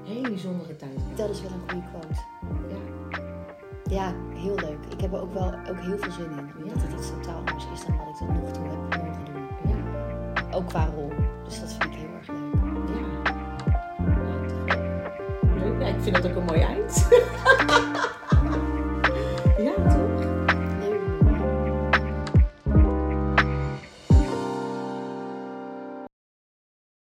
S1: hele bijzondere tijd. worden.
S3: Dat is wel een goede quote.
S1: Ja.
S3: Ja, heel leuk. Ik heb er ook wel ook heel veel zin in. Omdat
S1: Ja.
S3: het iets totaal anders is dan wat ik tot nog toe heb mogen doen.
S1: Ja.
S3: Ook qua rol. Dus dat vind ik heel erg leuk.
S1: (laughs) ja. Leuk. Ja, ik vind dat ook een mooi eind.